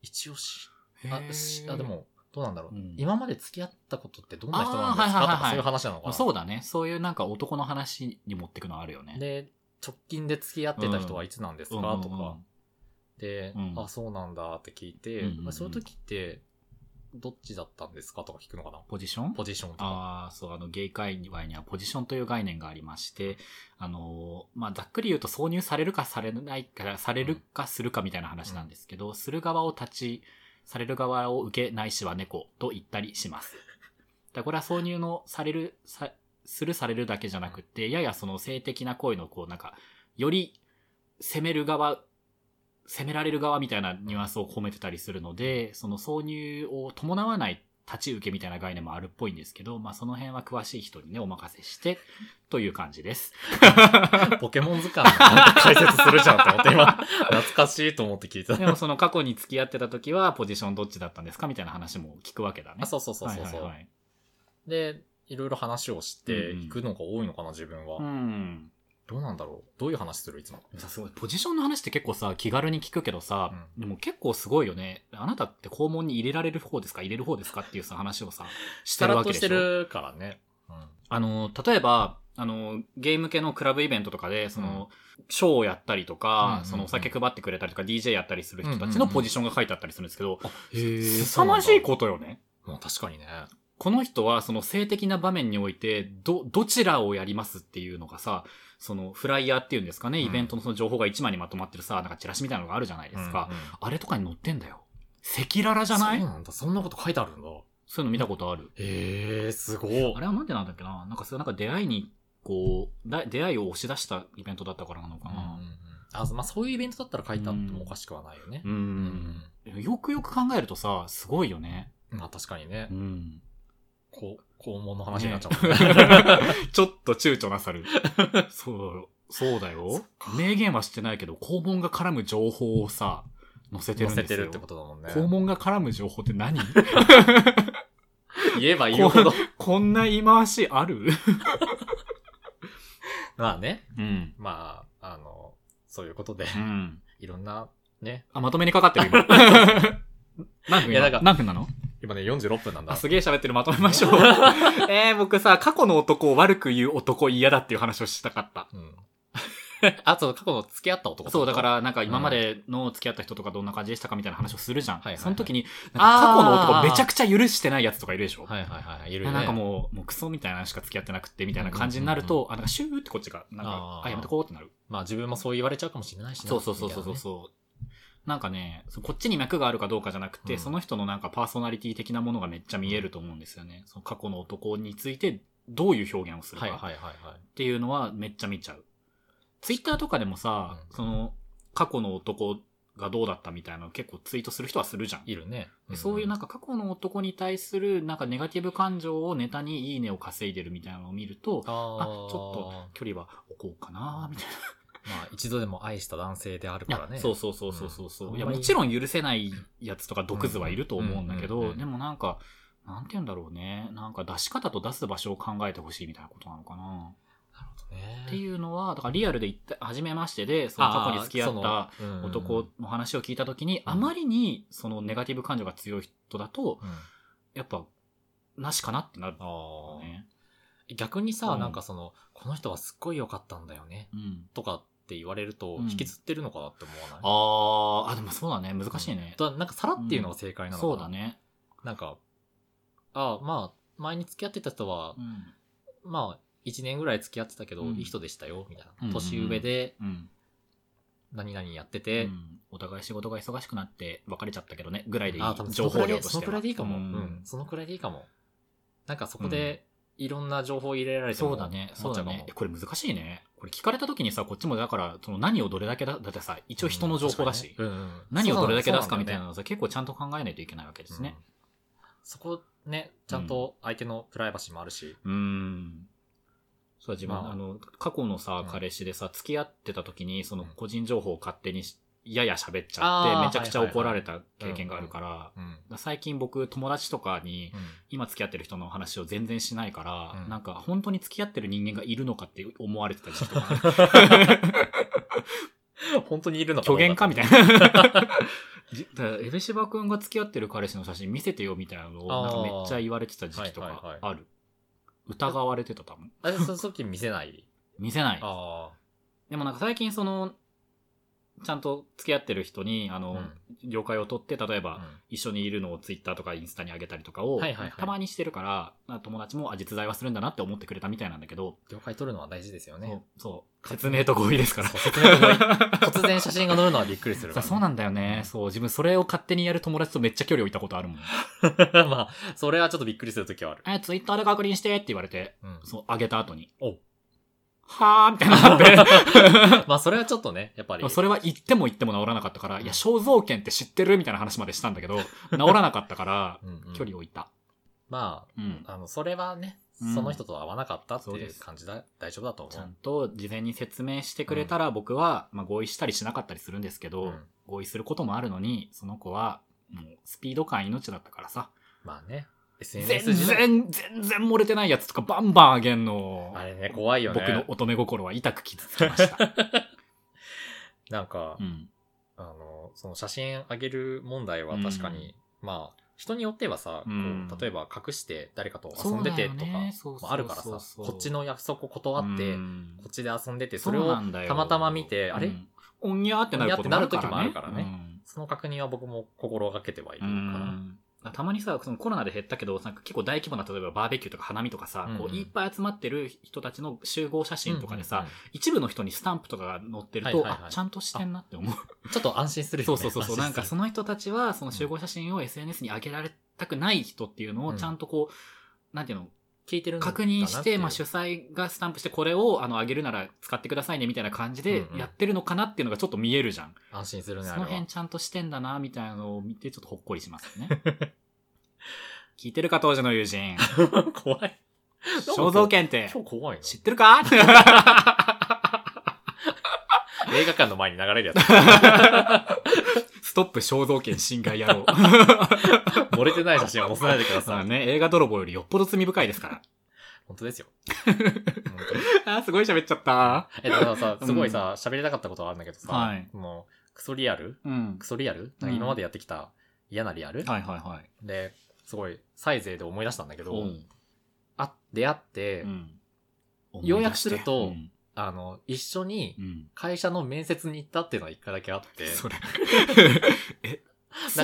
[SPEAKER 2] 一応し、あ、しあで、も、どうなんだろう、
[SPEAKER 1] うん
[SPEAKER 2] 今まで付き合ったことってどんな人なんです
[SPEAKER 1] あ
[SPEAKER 2] か
[SPEAKER 1] ーはいはいはいはい
[SPEAKER 2] とかそういう話なのか
[SPEAKER 1] まあ
[SPEAKER 2] な
[SPEAKER 1] そうだね。そういうなんか男の話に持ってくのあるよね。
[SPEAKER 2] で、直近で付き合ってた人はいつなんですか、
[SPEAKER 1] うんうんうん
[SPEAKER 2] とか。で、
[SPEAKER 1] うん
[SPEAKER 2] あ、そうなんだって聞いて、
[SPEAKER 1] うんうんうん
[SPEAKER 2] まあ、そういう時って、どっちだったんですかとか聞くのかな
[SPEAKER 1] ポジション
[SPEAKER 2] ポジションとか。
[SPEAKER 1] ああ、そう、あの、ゲイ界隈にはポジションという概念がありまして、あのーまあ、ざっくり言うと挿入されるかされないか、されるかするかみたいな話なんですけど、する側を立ち、される側を受けないしは猫と言ったりします。だからこれは挿入のされる、さ、するされるだけじゃなくて、ややその性的な行為のこう、なんか、より攻める側、攻められる側みたいなニュアンスを込めてたりするので、その挿入を伴わない立ち受けみたいな概念もあるっぽいんですけど、まあその辺は詳しい人にね、お任せして、という感じです。
[SPEAKER 2] ポケモン図鑑のなんか解説するじゃんと思って、 今、懐かしいと思って聞いてた
[SPEAKER 1] で。もその過去に付き合ってた時はポジションどっちだったんですかみたいな話も聞くわけだね。
[SPEAKER 2] あ、そうそうそうそうそう、
[SPEAKER 1] はいはいはい
[SPEAKER 2] で、いろいろ話をしていくのが多いのかな、自分は、
[SPEAKER 1] うん。
[SPEAKER 2] どうなんだろうどういう話するいつも。
[SPEAKER 1] さすごい。ポジションの話って結構さ、気軽に聞くけどさ、
[SPEAKER 2] うん
[SPEAKER 1] でも結構すごいよね。あなたって肛門に入れられる方ですか入れる方ですかっていうさ、話を さ、して
[SPEAKER 2] さ
[SPEAKER 1] る
[SPEAKER 2] ら
[SPEAKER 1] わ
[SPEAKER 2] っ
[SPEAKER 1] け
[SPEAKER 2] と
[SPEAKER 1] で
[SPEAKER 2] し
[SPEAKER 1] しょ
[SPEAKER 2] て。るからね。うん。
[SPEAKER 1] あの、例えば、あの、ゲーム系のクラブイベントとかで、その、ショーをやったりと
[SPEAKER 2] うんうん
[SPEAKER 1] か、
[SPEAKER 2] うん
[SPEAKER 1] そのお酒配ってくれたりとか、DJ やったりする人たちのポジションが書いてあったりするんですけど、
[SPEAKER 2] へ
[SPEAKER 1] 凄まじいことよね。
[SPEAKER 2] まあ確かにね。
[SPEAKER 1] この人はその性的な場面において、ど、どちらをやりますっていうのがさ、そのフライヤーっていうんですかね、
[SPEAKER 2] うん
[SPEAKER 1] イベントのその情報が一枚にまとまってるさ、なんかチラシみたいなのがあるじゃないですか。
[SPEAKER 2] うんうん
[SPEAKER 1] あれとかに載ってんだよ。赤裸々じゃない
[SPEAKER 2] そ
[SPEAKER 1] そ
[SPEAKER 2] う
[SPEAKER 1] う
[SPEAKER 2] なんだ。そんなこと書いてあるんだ。
[SPEAKER 1] いうの見たことある。
[SPEAKER 2] へえ、すごい
[SPEAKER 1] あ。れはなんでなんだっけななんかそういうなんか出会いに、こう、だ出会いを押し出したイベントだったからなのか
[SPEAKER 2] うんうん
[SPEAKER 1] な
[SPEAKER 2] う。んあ、まあそういうイベントだったら書いてあってもおかしくはないよね。
[SPEAKER 1] うん。よくよく考えるとさ、すごいよね。
[SPEAKER 2] うんまあ確かにね
[SPEAKER 1] う。ん。
[SPEAKER 2] こう、肛門の話になっちゃうもんね。
[SPEAKER 1] ちょっと躊躇なさる。そう、そうだ
[SPEAKER 2] そ
[SPEAKER 1] よ
[SPEAKER 2] っ。
[SPEAKER 1] 明言はしてないけど、肛門が絡む情報をさ、載せて
[SPEAKER 2] 載
[SPEAKER 1] るん
[SPEAKER 2] せ
[SPEAKER 1] です
[SPEAKER 2] て
[SPEAKER 1] よ。
[SPEAKER 2] るってことだもんね。
[SPEAKER 1] 肛門が絡む情報って何
[SPEAKER 2] 言えば言うほど。
[SPEAKER 1] こんな言い回しある
[SPEAKER 2] まあね。
[SPEAKER 1] うん。
[SPEAKER 2] まあ、あの、そういうことで、
[SPEAKER 1] うん。
[SPEAKER 2] いろんな、ね。
[SPEAKER 1] あ、まとめにかかってる 今。何分
[SPEAKER 2] いや
[SPEAKER 1] 今
[SPEAKER 2] なんか
[SPEAKER 1] 何分なの
[SPEAKER 2] 今ね、46分なんだ。
[SPEAKER 1] あ、すげえ喋ってる。まとめましょ う。えー、僕さ、過去の男を悪く言う男嫌だっていう話をしたかった。
[SPEAKER 2] うん。あと、過去の付き合った男
[SPEAKER 1] そう、だか。
[SPEAKER 2] は
[SPEAKER 1] ら、なんか今までの付き合った人とかどんな感じでしたかみたいな話をするじゃん。
[SPEAKER 2] はいはいはい
[SPEAKER 1] その時に、なんか過去の
[SPEAKER 2] あー
[SPEAKER 1] 男めちゃくちゃ許してないやつとかいるでしょ、
[SPEAKER 2] いはいはい。いるよね。
[SPEAKER 1] なんかもう、もうクソみたいなのしか付き合ってなくて、みたいな感じになると、あ、なんかシューってこっちが、なんか、
[SPEAKER 2] あ
[SPEAKER 1] あ
[SPEAKER 2] ー
[SPEAKER 1] やめとこうってなる。
[SPEAKER 2] まあ自分もそう言われちゃうかもしれないしな
[SPEAKER 1] そうそうそうそうそう。
[SPEAKER 2] みたい
[SPEAKER 1] そうなんかね、そうこっちに脈があるかどうかじゃなくて、
[SPEAKER 2] うん
[SPEAKER 1] その人のなんかパーソナリティ的なものがめっちゃ見えると思うんですよね。その過去の男についてどういう表現をする
[SPEAKER 2] な
[SPEAKER 1] か。
[SPEAKER 2] ねはいはいはいはい。
[SPEAKER 1] っていうのはめっちゃ見ちゃう。ツイッターとかでもさ、
[SPEAKER 2] うん
[SPEAKER 1] その、過去の男がどうだったみたいなの結構ツイートする人はするじゃん。
[SPEAKER 2] いるね。
[SPEAKER 1] そういうなん
[SPEAKER 2] か、
[SPEAKER 1] か過去の男に対するなんかネガティブ感情をネタにいいねを稼いでるみたいなのを見ると、
[SPEAKER 2] あ
[SPEAKER 1] あ、
[SPEAKER 2] あ
[SPEAKER 1] ちょっと距離は置こうかなみたい
[SPEAKER 2] と。まあ一度でも愛した男性である
[SPEAKER 1] な。
[SPEAKER 2] からね。
[SPEAKER 1] そうそうそうそうそうそう、
[SPEAKER 2] うん
[SPEAKER 1] いや、
[SPEAKER 2] あんまり
[SPEAKER 1] もちろん許せないやつとか毒図はいると思うんだけ
[SPEAKER 2] うんうんうん
[SPEAKER 1] ど、
[SPEAKER 2] うん
[SPEAKER 1] でもなんか、なんて言うんだろうね。なんか出し方と出す場所を考えてほしいみたいなことなのかな。
[SPEAKER 2] ね。
[SPEAKER 1] っていうのは、だからリアルで言った、初めましてで、その過去に付き合った
[SPEAKER 2] あーその
[SPEAKER 1] 男の話を聞いたときに、あまりにそのネガティブ感情が強い人だと、
[SPEAKER 2] うん
[SPEAKER 1] やっぱ、なしかなってなる
[SPEAKER 2] あ
[SPEAKER 1] よ
[SPEAKER 2] ー
[SPEAKER 1] ね。
[SPEAKER 2] 逆にさ、
[SPEAKER 1] うん
[SPEAKER 2] なんかその、この人はすっごい良かったんだよね、
[SPEAKER 1] うん。
[SPEAKER 2] とかって言われると、
[SPEAKER 1] うん
[SPEAKER 2] 引きずってるのかなって思わない、
[SPEAKER 1] あー、あ、でもそうだね。難しいね。
[SPEAKER 2] だなんかさらっていうのが正解なのかな、
[SPEAKER 1] そうだね。
[SPEAKER 2] なんか、ああ、まあ、前に付き合ってた人は
[SPEAKER 1] う、ん。
[SPEAKER 2] まあ、1年ぐらい付き合ってたけど、
[SPEAKER 1] うん
[SPEAKER 2] いい人でしたよ、みたい
[SPEAKER 1] うんうんう
[SPEAKER 2] な。
[SPEAKER 1] ん
[SPEAKER 2] 年上で、
[SPEAKER 1] うん。
[SPEAKER 2] 何々やって
[SPEAKER 1] う
[SPEAKER 2] て、
[SPEAKER 1] んお互い仕事が忙しくなって別れちゃったけどね、ぐらいでいい
[SPEAKER 2] ああ、多分そ
[SPEAKER 1] 情
[SPEAKER 2] のくら
[SPEAKER 1] 報
[SPEAKER 2] い
[SPEAKER 1] 量
[SPEAKER 2] で、
[SPEAKER 1] としては。
[SPEAKER 2] そのくらいでいいかも。
[SPEAKER 1] う
[SPEAKER 2] うんん、そのくらいでいいかも。なんかそこで、いろんな情報入れられても、
[SPEAKER 1] そうだね、
[SPEAKER 2] 思
[SPEAKER 1] そ
[SPEAKER 2] っ
[SPEAKER 1] う
[SPEAKER 2] ち
[SPEAKER 1] だ
[SPEAKER 2] ゃうか
[SPEAKER 1] ね
[SPEAKER 2] も。。
[SPEAKER 1] えこれ難しいね。これ聞かれた時にさ、こっちもだから、その何をどれだけだ、だってさ、一応人の情報だし、
[SPEAKER 2] うん確かにねうんうん
[SPEAKER 1] 何をどれだけ出すかみたいな
[SPEAKER 2] そう
[SPEAKER 1] のさ、結構ちゃんと考えないといけないわけです
[SPEAKER 2] なんだよ
[SPEAKER 1] ね
[SPEAKER 2] ね。。うんそこね、ちゃんと相手のプライバシーもあるし、
[SPEAKER 1] うーん。そう、自分、
[SPEAKER 2] まあ
[SPEAKER 1] あの、過去のさ
[SPEAKER 2] う、ん
[SPEAKER 1] 彼氏でさ、付き合ってた時に、その
[SPEAKER 2] うん
[SPEAKER 1] 個人情報を勝手にしやや喋っちゃって、
[SPEAKER 2] あー
[SPEAKER 1] めちゃくちゃ
[SPEAKER 2] はいはいは
[SPEAKER 1] 怒
[SPEAKER 2] い
[SPEAKER 1] られた経験があるから、
[SPEAKER 2] うん。うん
[SPEAKER 1] 最近僕、友達とかに、今付き合ってる人の話を全然しないから、
[SPEAKER 2] うん
[SPEAKER 1] なんか本当に付き合ってる人間がいるのかって思われてたりとか、
[SPEAKER 2] 本当にいるの
[SPEAKER 1] 虚言かみたい な。じだからエベシバ君が付き合ってる彼氏の写真見せてよみたいなのを
[SPEAKER 2] あ
[SPEAKER 1] なん
[SPEAKER 2] ー
[SPEAKER 1] かめっちゃ言われてた時期と
[SPEAKER 2] はいはいは
[SPEAKER 1] か
[SPEAKER 2] い
[SPEAKER 1] ある。疑われてた多分。
[SPEAKER 2] な。あれ、その時見せ ない。
[SPEAKER 1] 見せない。
[SPEAKER 2] あ
[SPEAKER 1] でもなんか最近その、ちゃんと付き合ってる人に、あ
[SPEAKER 2] あ。
[SPEAKER 1] の、
[SPEAKER 2] うん
[SPEAKER 1] 了解を取って、例えば、
[SPEAKER 2] うん
[SPEAKER 1] 一緒にいるのをツイッターとかインスタに上げたりとかを、
[SPEAKER 2] はいはいはい
[SPEAKER 1] たまにしてるから、まあ友達も、あ、実在はするんだなって思ってくれたみたいなんだけど、
[SPEAKER 2] 了解取るのは大事ですよね。
[SPEAKER 1] そう、そう、説明と合意ですから。
[SPEAKER 2] そう説明と 合意突然写真が載るのはびっくりする
[SPEAKER 1] そ
[SPEAKER 2] か
[SPEAKER 1] う
[SPEAKER 2] らね、
[SPEAKER 1] そうなんだよね。そう、自分それを勝手にやる友達とめっちゃ距離置いたことあるもん。
[SPEAKER 2] まあ、それはちょっとびっくりするときはある。
[SPEAKER 1] え、ツイッターで確認してって言われて、
[SPEAKER 2] うん
[SPEAKER 1] そう、あげた後に。
[SPEAKER 2] お
[SPEAKER 1] はぁみたいになって。
[SPEAKER 2] まあ、それはちょっとね、やっぱり。
[SPEAKER 1] それは言っても言っても治らなかったから、いや、肖像権って知ってるみたいな話までしたんだけ ど、治らなかったから、
[SPEAKER 2] うんうん
[SPEAKER 1] 距離を置いた。
[SPEAKER 2] ま
[SPEAKER 1] うん。
[SPEAKER 2] あ、あの、それはね、
[SPEAKER 1] うん
[SPEAKER 2] その人と合わなかったって
[SPEAKER 1] そう
[SPEAKER 2] い
[SPEAKER 1] で
[SPEAKER 2] う
[SPEAKER 1] す
[SPEAKER 2] 感じだ、大丈夫だと
[SPEAKER 1] ち
[SPEAKER 2] 思
[SPEAKER 1] ゃん
[SPEAKER 2] う。
[SPEAKER 1] と事前に説明してくれたら、僕は、まあ、合意したりしなかったりするんですけど、
[SPEAKER 2] うん
[SPEAKER 1] 合意することもあるのに、その子は、もう、スピード感命だったからさ、
[SPEAKER 2] まあね、
[SPEAKER 1] 全
[SPEAKER 2] SNS 時代。
[SPEAKER 1] 然、全然漏れてないやつとかバンバンあげんの。
[SPEAKER 2] あれね、怖いよね。
[SPEAKER 1] 僕の乙女心は痛く傷つきま した。
[SPEAKER 2] なんか、
[SPEAKER 1] うん。
[SPEAKER 2] あの、その写真あげる問題は確かに、まあ、人によってはさ、
[SPEAKER 1] うん
[SPEAKER 2] こう例えば隠して誰かと遊んでて
[SPEAKER 1] そう
[SPEAKER 2] とか
[SPEAKER 1] だよね
[SPEAKER 2] もあるからさ、
[SPEAKER 1] そうそうそう
[SPEAKER 2] こっちの約束を断って、
[SPEAKER 1] うん
[SPEAKER 2] こっちで遊んでて、そ
[SPEAKER 1] そ
[SPEAKER 2] れ
[SPEAKER 1] れ
[SPEAKER 2] を
[SPEAKER 1] を
[SPEAKER 2] た
[SPEAKER 1] た
[SPEAKER 2] ま
[SPEAKER 1] ま
[SPEAKER 2] た
[SPEAKER 1] た
[SPEAKER 2] ま
[SPEAKER 1] ま
[SPEAKER 2] 見
[SPEAKER 1] 見
[SPEAKER 2] て
[SPEAKER 1] て、
[SPEAKER 2] あ
[SPEAKER 1] あ
[SPEAKER 2] れ
[SPEAKER 1] れ、おんにゃーってなることもあるからね。
[SPEAKER 2] おんにゃーってなる時もあるからねその確認は僕も心がけてはいる
[SPEAKER 1] う
[SPEAKER 2] かな。
[SPEAKER 1] んうんたまにさ、そのコロナで減ったけど、なんか結構大規模な、例えばバーベキューとか花見とかさ、
[SPEAKER 2] うんうん
[SPEAKER 1] こういっぱい集まってる人たちの集合写真とかでさ、
[SPEAKER 2] うんうんうん
[SPEAKER 1] 一部の人にスタンプとかが載ってる
[SPEAKER 2] はい
[SPEAKER 1] と、
[SPEAKER 2] はいはい
[SPEAKER 1] あ、ちゃんとしてんなって思う。
[SPEAKER 2] ちょっと安心するよ
[SPEAKER 1] そう
[SPEAKER 2] ね。
[SPEAKER 1] そうそうそう。
[SPEAKER 2] 安
[SPEAKER 1] なんか
[SPEAKER 2] 心す
[SPEAKER 1] そ
[SPEAKER 2] る
[SPEAKER 1] の人たちは、その集合写真を SNS に上げられたくない人っていうのをちゃんとこう、なんていうの、
[SPEAKER 2] 聞いてるんだな
[SPEAKER 1] 確認して、まあ、主
[SPEAKER 2] 出
[SPEAKER 1] 催がスタンプして、これを、あの、あげるなら使ってくださいね、みたいな感じで
[SPEAKER 2] うんうん
[SPEAKER 1] やってるのかなっていうのがちょっと見えるじゃん。
[SPEAKER 2] 安心するね、あ
[SPEAKER 1] そ
[SPEAKER 2] れ
[SPEAKER 1] の
[SPEAKER 2] は。
[SPEAKER 1] 辺ちゃんとしてんだな、みたいなのを見て、ちょっとほっこりしますよね。 聞いてるか、当時の友 人。
[SPEAKER 2] 怖い。
[SPEAKER 1] 肖像権って、
[SPEAKER 2] 今日怖い
[SPEAKER 1] 知ってるか
[SPEAKER 2] な。映画館の前に流れるやつ。
[SPEAKER 1] ストップ肖像権侵害野 郎。
[SPEAKER 2] 漏れてない写真は載せないでくだ
[SPEAKER 1] さ
[SPEAKER 2] さ
[SPEAKER 1] あ
[SPEAKER 2] い。
[SPEAKER 1] ね、映画泥棒よりよっぽど罪深いですから。
[SPEAKER 2] 本当ですよ。本
[SPEAKER 1] あー、すごい喋っちゃった。
[SPEAKER 2] 当にえ、だか らさ、すごいさ、喋りたかったことはあるんだけど
[SPEAKER 1] は
[SPEAKER 2] さ
[SPEAKER 1] い、
[SPEAKER 2] もう、クソリアル
[SPEAKER 1] うん
[SPEAKER 2] ク。ソリアルなんか今までやってきた嫌なリアル
[SPEAKER 1] はいはいはい。
[SPEAKER 2] で、すごい、サイゼで思い出したんだけ
[SPEAKER 1] う
[SPEAKER 2] ど、
[SPEAKER 1] ん
[SPEAKER 2] あ、出会って
[SPEAKER 1] う、ん
[SPEAKER 2] 要約すると
[SPEAKER 1] 思い出して
[SPEAKER 2] あの、一緒に
[SPEAKER 1] うんうん
[SPEAKER 2] 会社の面接に行ったっていうのが一回だけあ って、
[SPEAKER 1] それ。え、
[SPEAKER 2] な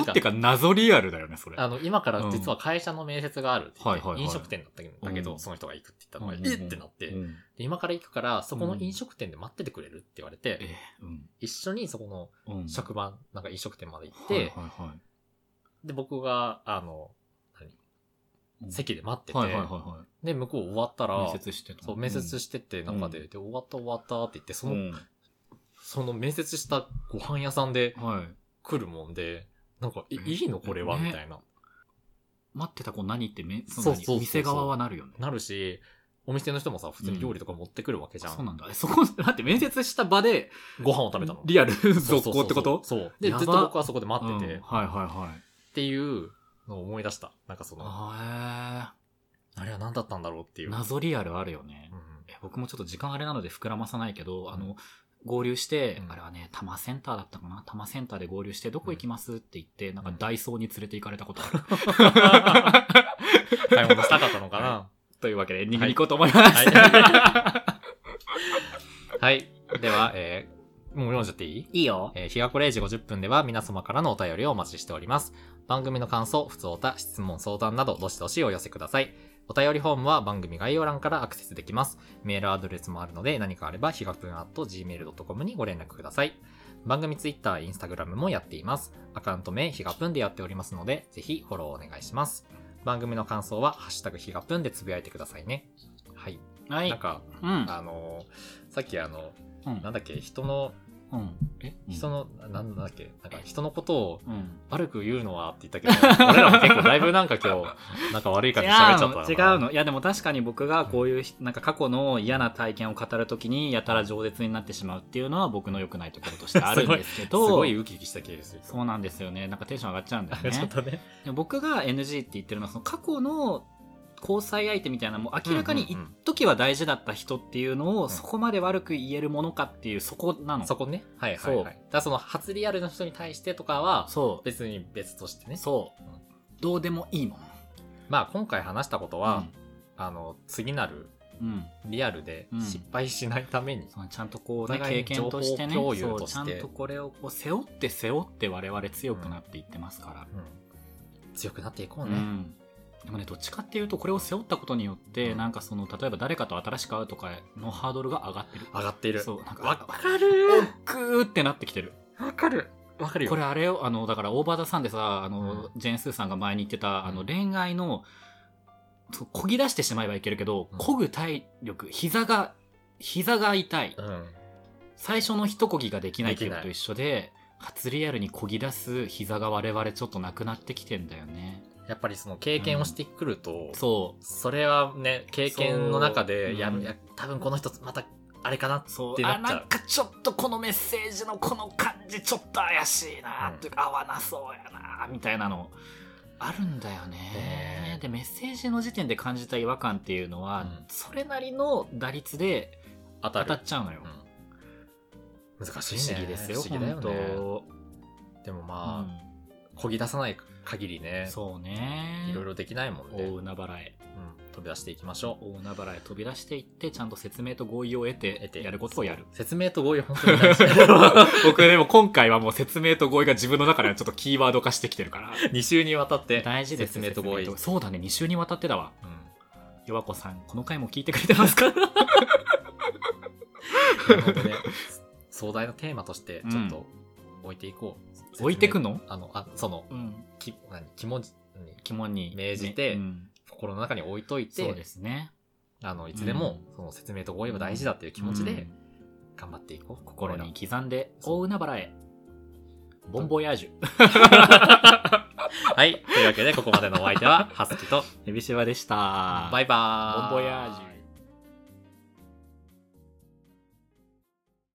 [SPEAKER 1] なんん
[SPEAKER 2] か
[SPEAKER 1] か、ってか謎リアルだよね、それ。
[SPEAKER 2] あの、今から実は会社の面接があるって言って、
[SPEAKER 1] うんはいはいはい
[SPEAKER 2] 飲食店だったけど、だけ
[SPEAKER 1] う
[SPEAKER 2] ど
[SPEAKER 1] ん
[SPEAKER 2] その人が行くって言ったのが、
[SPEAKER 1] うん
[SPEAKER 2] えってなって、
[SPEAKER 1] う
[SPEAKER 2] で
[SPEAKER 1] ん
[SPEAKER 2] 今から行くから、そこの飲食店で待っててくれるって言われて、
[SPEAKER 1] え、うん
[SPEAKER 2] 一緒にそこの
[SPEAKER 1] うん。
[SPEAKER 2] 職場、なんか飲食店まで行って、
[SPEAKER 1] はいはいはい
[SPEAKER 2] で、僕が、あの、
[SPEAKER 1] うん
[SPEAKER 2] 席で待ってて、
[SPEAKER 1] はいはいは
[SPEAKER 2] で、向こう終わった
[SPEAKER 1] い
[SPEAKER 2] ら、
[SPEAKER 1] はい。面接してた
[SPEAKER 2] そ
[SPEAKER 1] の
[SPEAKER 2] う、面接してて中で、
[SPEAKER 1] うん
[SPEAKER 2] で、終わった終わったって言って、そ
[SPEAKER 1] うん
[SPEAKER 2] の、その面接したご飯屋さんで
[SPEAKER 1] うんはい。
[SPEAKER 2] 来るもんで、なんか、い
[SPEAKER 1] うん
[SPEAKER 2] いいのこれは、
[SPEAKER 1] ね
[SPEAKER 2] みたいな。
[SPEAKER 1] 待ってた子何ってめ、
[SPEAKER 2] そ
[SPEAKER 1] そうう
[SPEAKER 2] そうそうそう
[SPEAKER 1] 店側はなるよね。
[SPEAKER 2] なるし、お店の人もさ、普通に料理とか持ってくるわけじゃん。
[SPEAKER 1] そうなんだ。えそこ、 だって面接した場で、
[SPEAKER 2] ご飯を食べたの。
[SPEAKER 1] リアル
[SPEAKER 2] そう
[SPEAKER 1] 続
[SPEAKER 2] そうそう
[SPEAKER 1] 行ってこと
[SPEAKER 2] そう。で、
[SPEAKER 1] や
[SPEAKER 2] ずっ
[SPEAKER 1] ば
[SPEAKER 2] と僕はそこで待ってて、
[SPEAKER 1] うん
[SPEAKER 2] っ
[SPEAKER 1] はいはいはい。
[SPEAKER 2] ていうのを思い出した。なんかその、あ
[SPEAKER 1] あ
[SPEAKER 2] れは何だったんだろうってい
[SPEAKER 1] へえ。
[SPEAKER 2] う。
[SPEAKER 1] 謎リアルあるよね
[SPEAKER 2] う。ん
[SPEAKER 1] え僕もちょっと時間あれなので膨らまさないけど、あの、合流して、
[SPEAKER 2] うん
[SPEAKER 1] あれはね、多摩センターだったかな多摩センターで合流して、どこ行きますって言って、なんかダイソーに連れて行かれたことある。
[SPEAKER 2] 買い物したかったのか な
[SPEAKER 1] というわけで、エンディングに行こうと思います。
[SPEAKER 2] はいはい。では、えー、もう読んじゃっていい
[SPEAKER 1] いいよ。
[SPEAKER 2] えー、日が暮れ時50分では皆様からのお便りをお待ちしております。番組の感想、普通おた、質問、相談など、どしどしお寄せください。お便りフォームは番組概要欄からアクセスできます。メールアドレスもあるので、何かあれば、ひがぷん .gmail.com にご連絡ください。番組ツイッター、インスタグラムもやっています。アカウント名、ひがぷんでやっておりますので、ぜひフォローお願いします。番組の感想は、ハッシュタグひがぷんでつぶやいてくださいね。はい。
[SPEAKER 1] は
[SPEAKER 2] なん
[SPEAKER 1] い。
[SPEAKER 2] か、
[SPEAKER 1] うん。
[SPEAKER 2] あのーさっきあの、
[SPEAKER 1] うん
[SPEAKER 2] なんだっけ、人の
[SPEAKER 1] うん。え
[SPEAKER 2] 人の、なんだっけ、なんか人のことを
[SPEAKER 1] うん。
[SPEAKER 2] 悪く言うのはって言ったけど、 俺らも結構だいぶなんか今日、なんか悪い感じで喋っちゃった
[SPEAKER 1] 違うの違う。のいやでも確かに僕がこういうなんか過去の嫌な体験を語るときにやたら饒舌になってしまうっていうのは僕の良くないところとしてあるんですけ
[SPEAKER 2] す
[SPEAKER 1] ど
[SPEAKER 2] ごいウキウキした気がする。
[SPEAKER 1] そうなんですよねなんかテンション上がっちゃうんだよ
[SPEAKER 2] ちょっ
[SPEAKER 1] ね
[SPEAKER 2] とね。
[SPEAKER 1] でも僕が NG って言ってるのはその過去の交際相手みたいなもう明らかに一
[SPEAKER 2] うんうんうん
[SPEAKER 1] 時は大事だった人っていうのをそこまで悪く言えるものかっていうそこなの
[SPEAKER 2] そこね。はいはい
[SPEAKER 1] そ
[SPEAKER 2] は
[SPEAKER 1] う
[SPEAKER 2] い。だからその初リアルの人に対してとかは、
[SPEAKER 1] そ
[SPEAKER 2] 別に別として
[SPEAKER 1] う
[SPEAKER 2] ね。
[SPEAKER 1] そう
[SPEAKER 2] うん
[SPEAKER 1] どうでもいいもん
[SPEAKER 2] まあ今回話したことは、あの、次なる
[SPEAKER 1] うんうん
[SPEAKER 2] リアルで
[SPEAKER 1] うん
[SPEAKER 2] 失敗しないために、
[SPEAKER 1] そのちゃんとこう、ね
[SPEAKER 2] お、互い
[SPEAKER 1] 経
[SPEAKER 2] に
[SPEAKER 1] 験としてね
[SPEAKER 2] 情報共有として
[SPEAKER 1] そうちゃんとこれをこう背負って背負って我々強くなっていってますから、
[SPEAKER 2] うん強くなっていこう
[SPEAKER 1] う
[SPEAKER 2] ね。
[SPEAKER 1] んでもねどっちかっていうとこれを背負ったことによって、
[SPEAKER 2] うん
[SPEAKER 1] なんかその例えば誰かと新しく会うとかのハードルが上がってる
[SPEAKER 2] 上がっている。
[SPEAKER 1] そうなんか
[SPEAKER 2] わか
[SPEAKER 1] お
[SPEAKER 2] る
[SPEAKER 1] っくーってなってきてる
[SPEAKER 2] わかるわかるよ。
[SPEAKER 1] これあれよあのだからオーバーザさんでさあの、
[SPEAKER 2] う
[SPEAKER 1] ジェーン・スーさんが前に言ってたあ
[SPEAKER 2] う
[SPEAKER 1] の
[SPEAKER 2] ん
[SPEAKER 1] 恋愛のそうこぎ出してしまえばいけるけど、
[SPEAKER 2] うん
[SPEAKER 1] 漕ぐ体力膝が膝が痛い、
[SPEAKER 2] うん。
[SPEAKER 1] 最初の一こぎができないって
[SPEAKER 2] で
[SPEAKER 1] い
[SPEAKER 2] き
[SPEAKER 1] う
[SPEAKER 2] な
[SPEAKER 1] の
[SPEAKER 2] い
[SPEAKER 1] と一緒で初リアルにこぎ出す膝が我々ちょっとなくなってきてんだよね
[SPEAKER 2] やっぱりその経験をしてくると、
[SPEAKER 1] そう
[SPEAKER 2] それはね、経験の中
[SPEAKER 1] そう
[SPEAKER 2] で、や
[SPEAKER 1] うん
[SPEAKER 2] る、や、多分この人、また、あれかな。
[SPEAKER 1] そう
[SPEAKER 2] ってなっ
[SPEAKER 1] あ
[SPEAKER 2] ちゃう
[SPEAKER 1] なんかちょっとこのメッセージのこの感じちょっと怪しいな
[SPEAKER 2] うん
[SPEAKER 1] というか合わなそうやなみたいなのあるんだよね
[SPEAKER 2] ねえ
[SPEAKER 1] でメッセージの時点で感じた違和感っていうのは、
[SPEAKER 2] うん
[SPEAKER 1] それなりの打率で
[SPEAKER 2] 当た
[SPEAKER 1] 当
[SPEAKER 2] る。
[SPEAKER 1] たっちゃうのよ、
[SPEAKER 2] うん難しい
[SPEAKER 1] 不
[SPEAKER 2] ね。
[SPEAKER 1] 思議ですよ
[SPEAKER 2] 不思議だよ
[SPEAKER 1] 本当、
[SPEAKER 2] ね。でも
[SPEAKER 1] う
[SPEAKER 2] まあ、
[SPEAKER 1] ん
[SPEAKER 2] こぎ出さない限りね、
[SPEAKER 1] そうね
[SPEAKER 2] いろいろできないもんね。
[SPEAKER 1] 大
[SPEAKER 2] うん
[SPEAKER 1] 海原へ
[SPEAKER 2] 飛び出していきましょう。
[SPEAKER 1] 大海原へ飛び出していってちゃんと説明と合意を得
[SPEAKER 2] 得
[SPEAKER 1] て
[SPEAKER 2] て
[SPEAKER 1] やることをやる
[SPEAKER 2] 説明と合意、本当に 大事。
[SPEAKER 1] 僕でも今回はもう説明と合意が自分の中ではちょっとキーワード化してきてるから
[SPEAKER 2] 2週にわたって、
[SPEAKER 1] 大事です
[SPEAKER 2] 説明と合意。うん
[SPEAKER 1] そうだね2週にわたってだわよわこさんこの回も聞いてくれてますか
[SPEAKER 2] いや本当ね、 壮大なテーマとして、ちょっと、置いていこう。
[SPEAKER 1] 置いてくの
[SPEAKER 2] あの、あ、その、
[SPEAKER 1] うん
[SPEAKER 2] き、何、気持ち、何
[SPEAKER 1] 疑問に
[SPEAKER 2] 命じて
[SPEAKER 1] ねうん
[SPEAKER 2] 心の中に置いとい
[SPEAKER 1] そう
[SPEAKER 2] て
[SPEAKER 1] で、すね
[SPEAKER 2] あの、いつでも、その説明と合意は大事だっていう気持ちで頑張っていこう。
[SPEAKER 1] 心に
[SPEAKER 2] 俺
[SPEAKER 1] 刻んで大海原へボンボヤージュ
[SPEAKER 2] ら。はい。というわけで、ここまでのお相手は、はすきと、
[SPEAKER 1] エビシバでした
[SPEAKER 2] バイバーイ。
[SPEAKER 1] ボンボヤージュ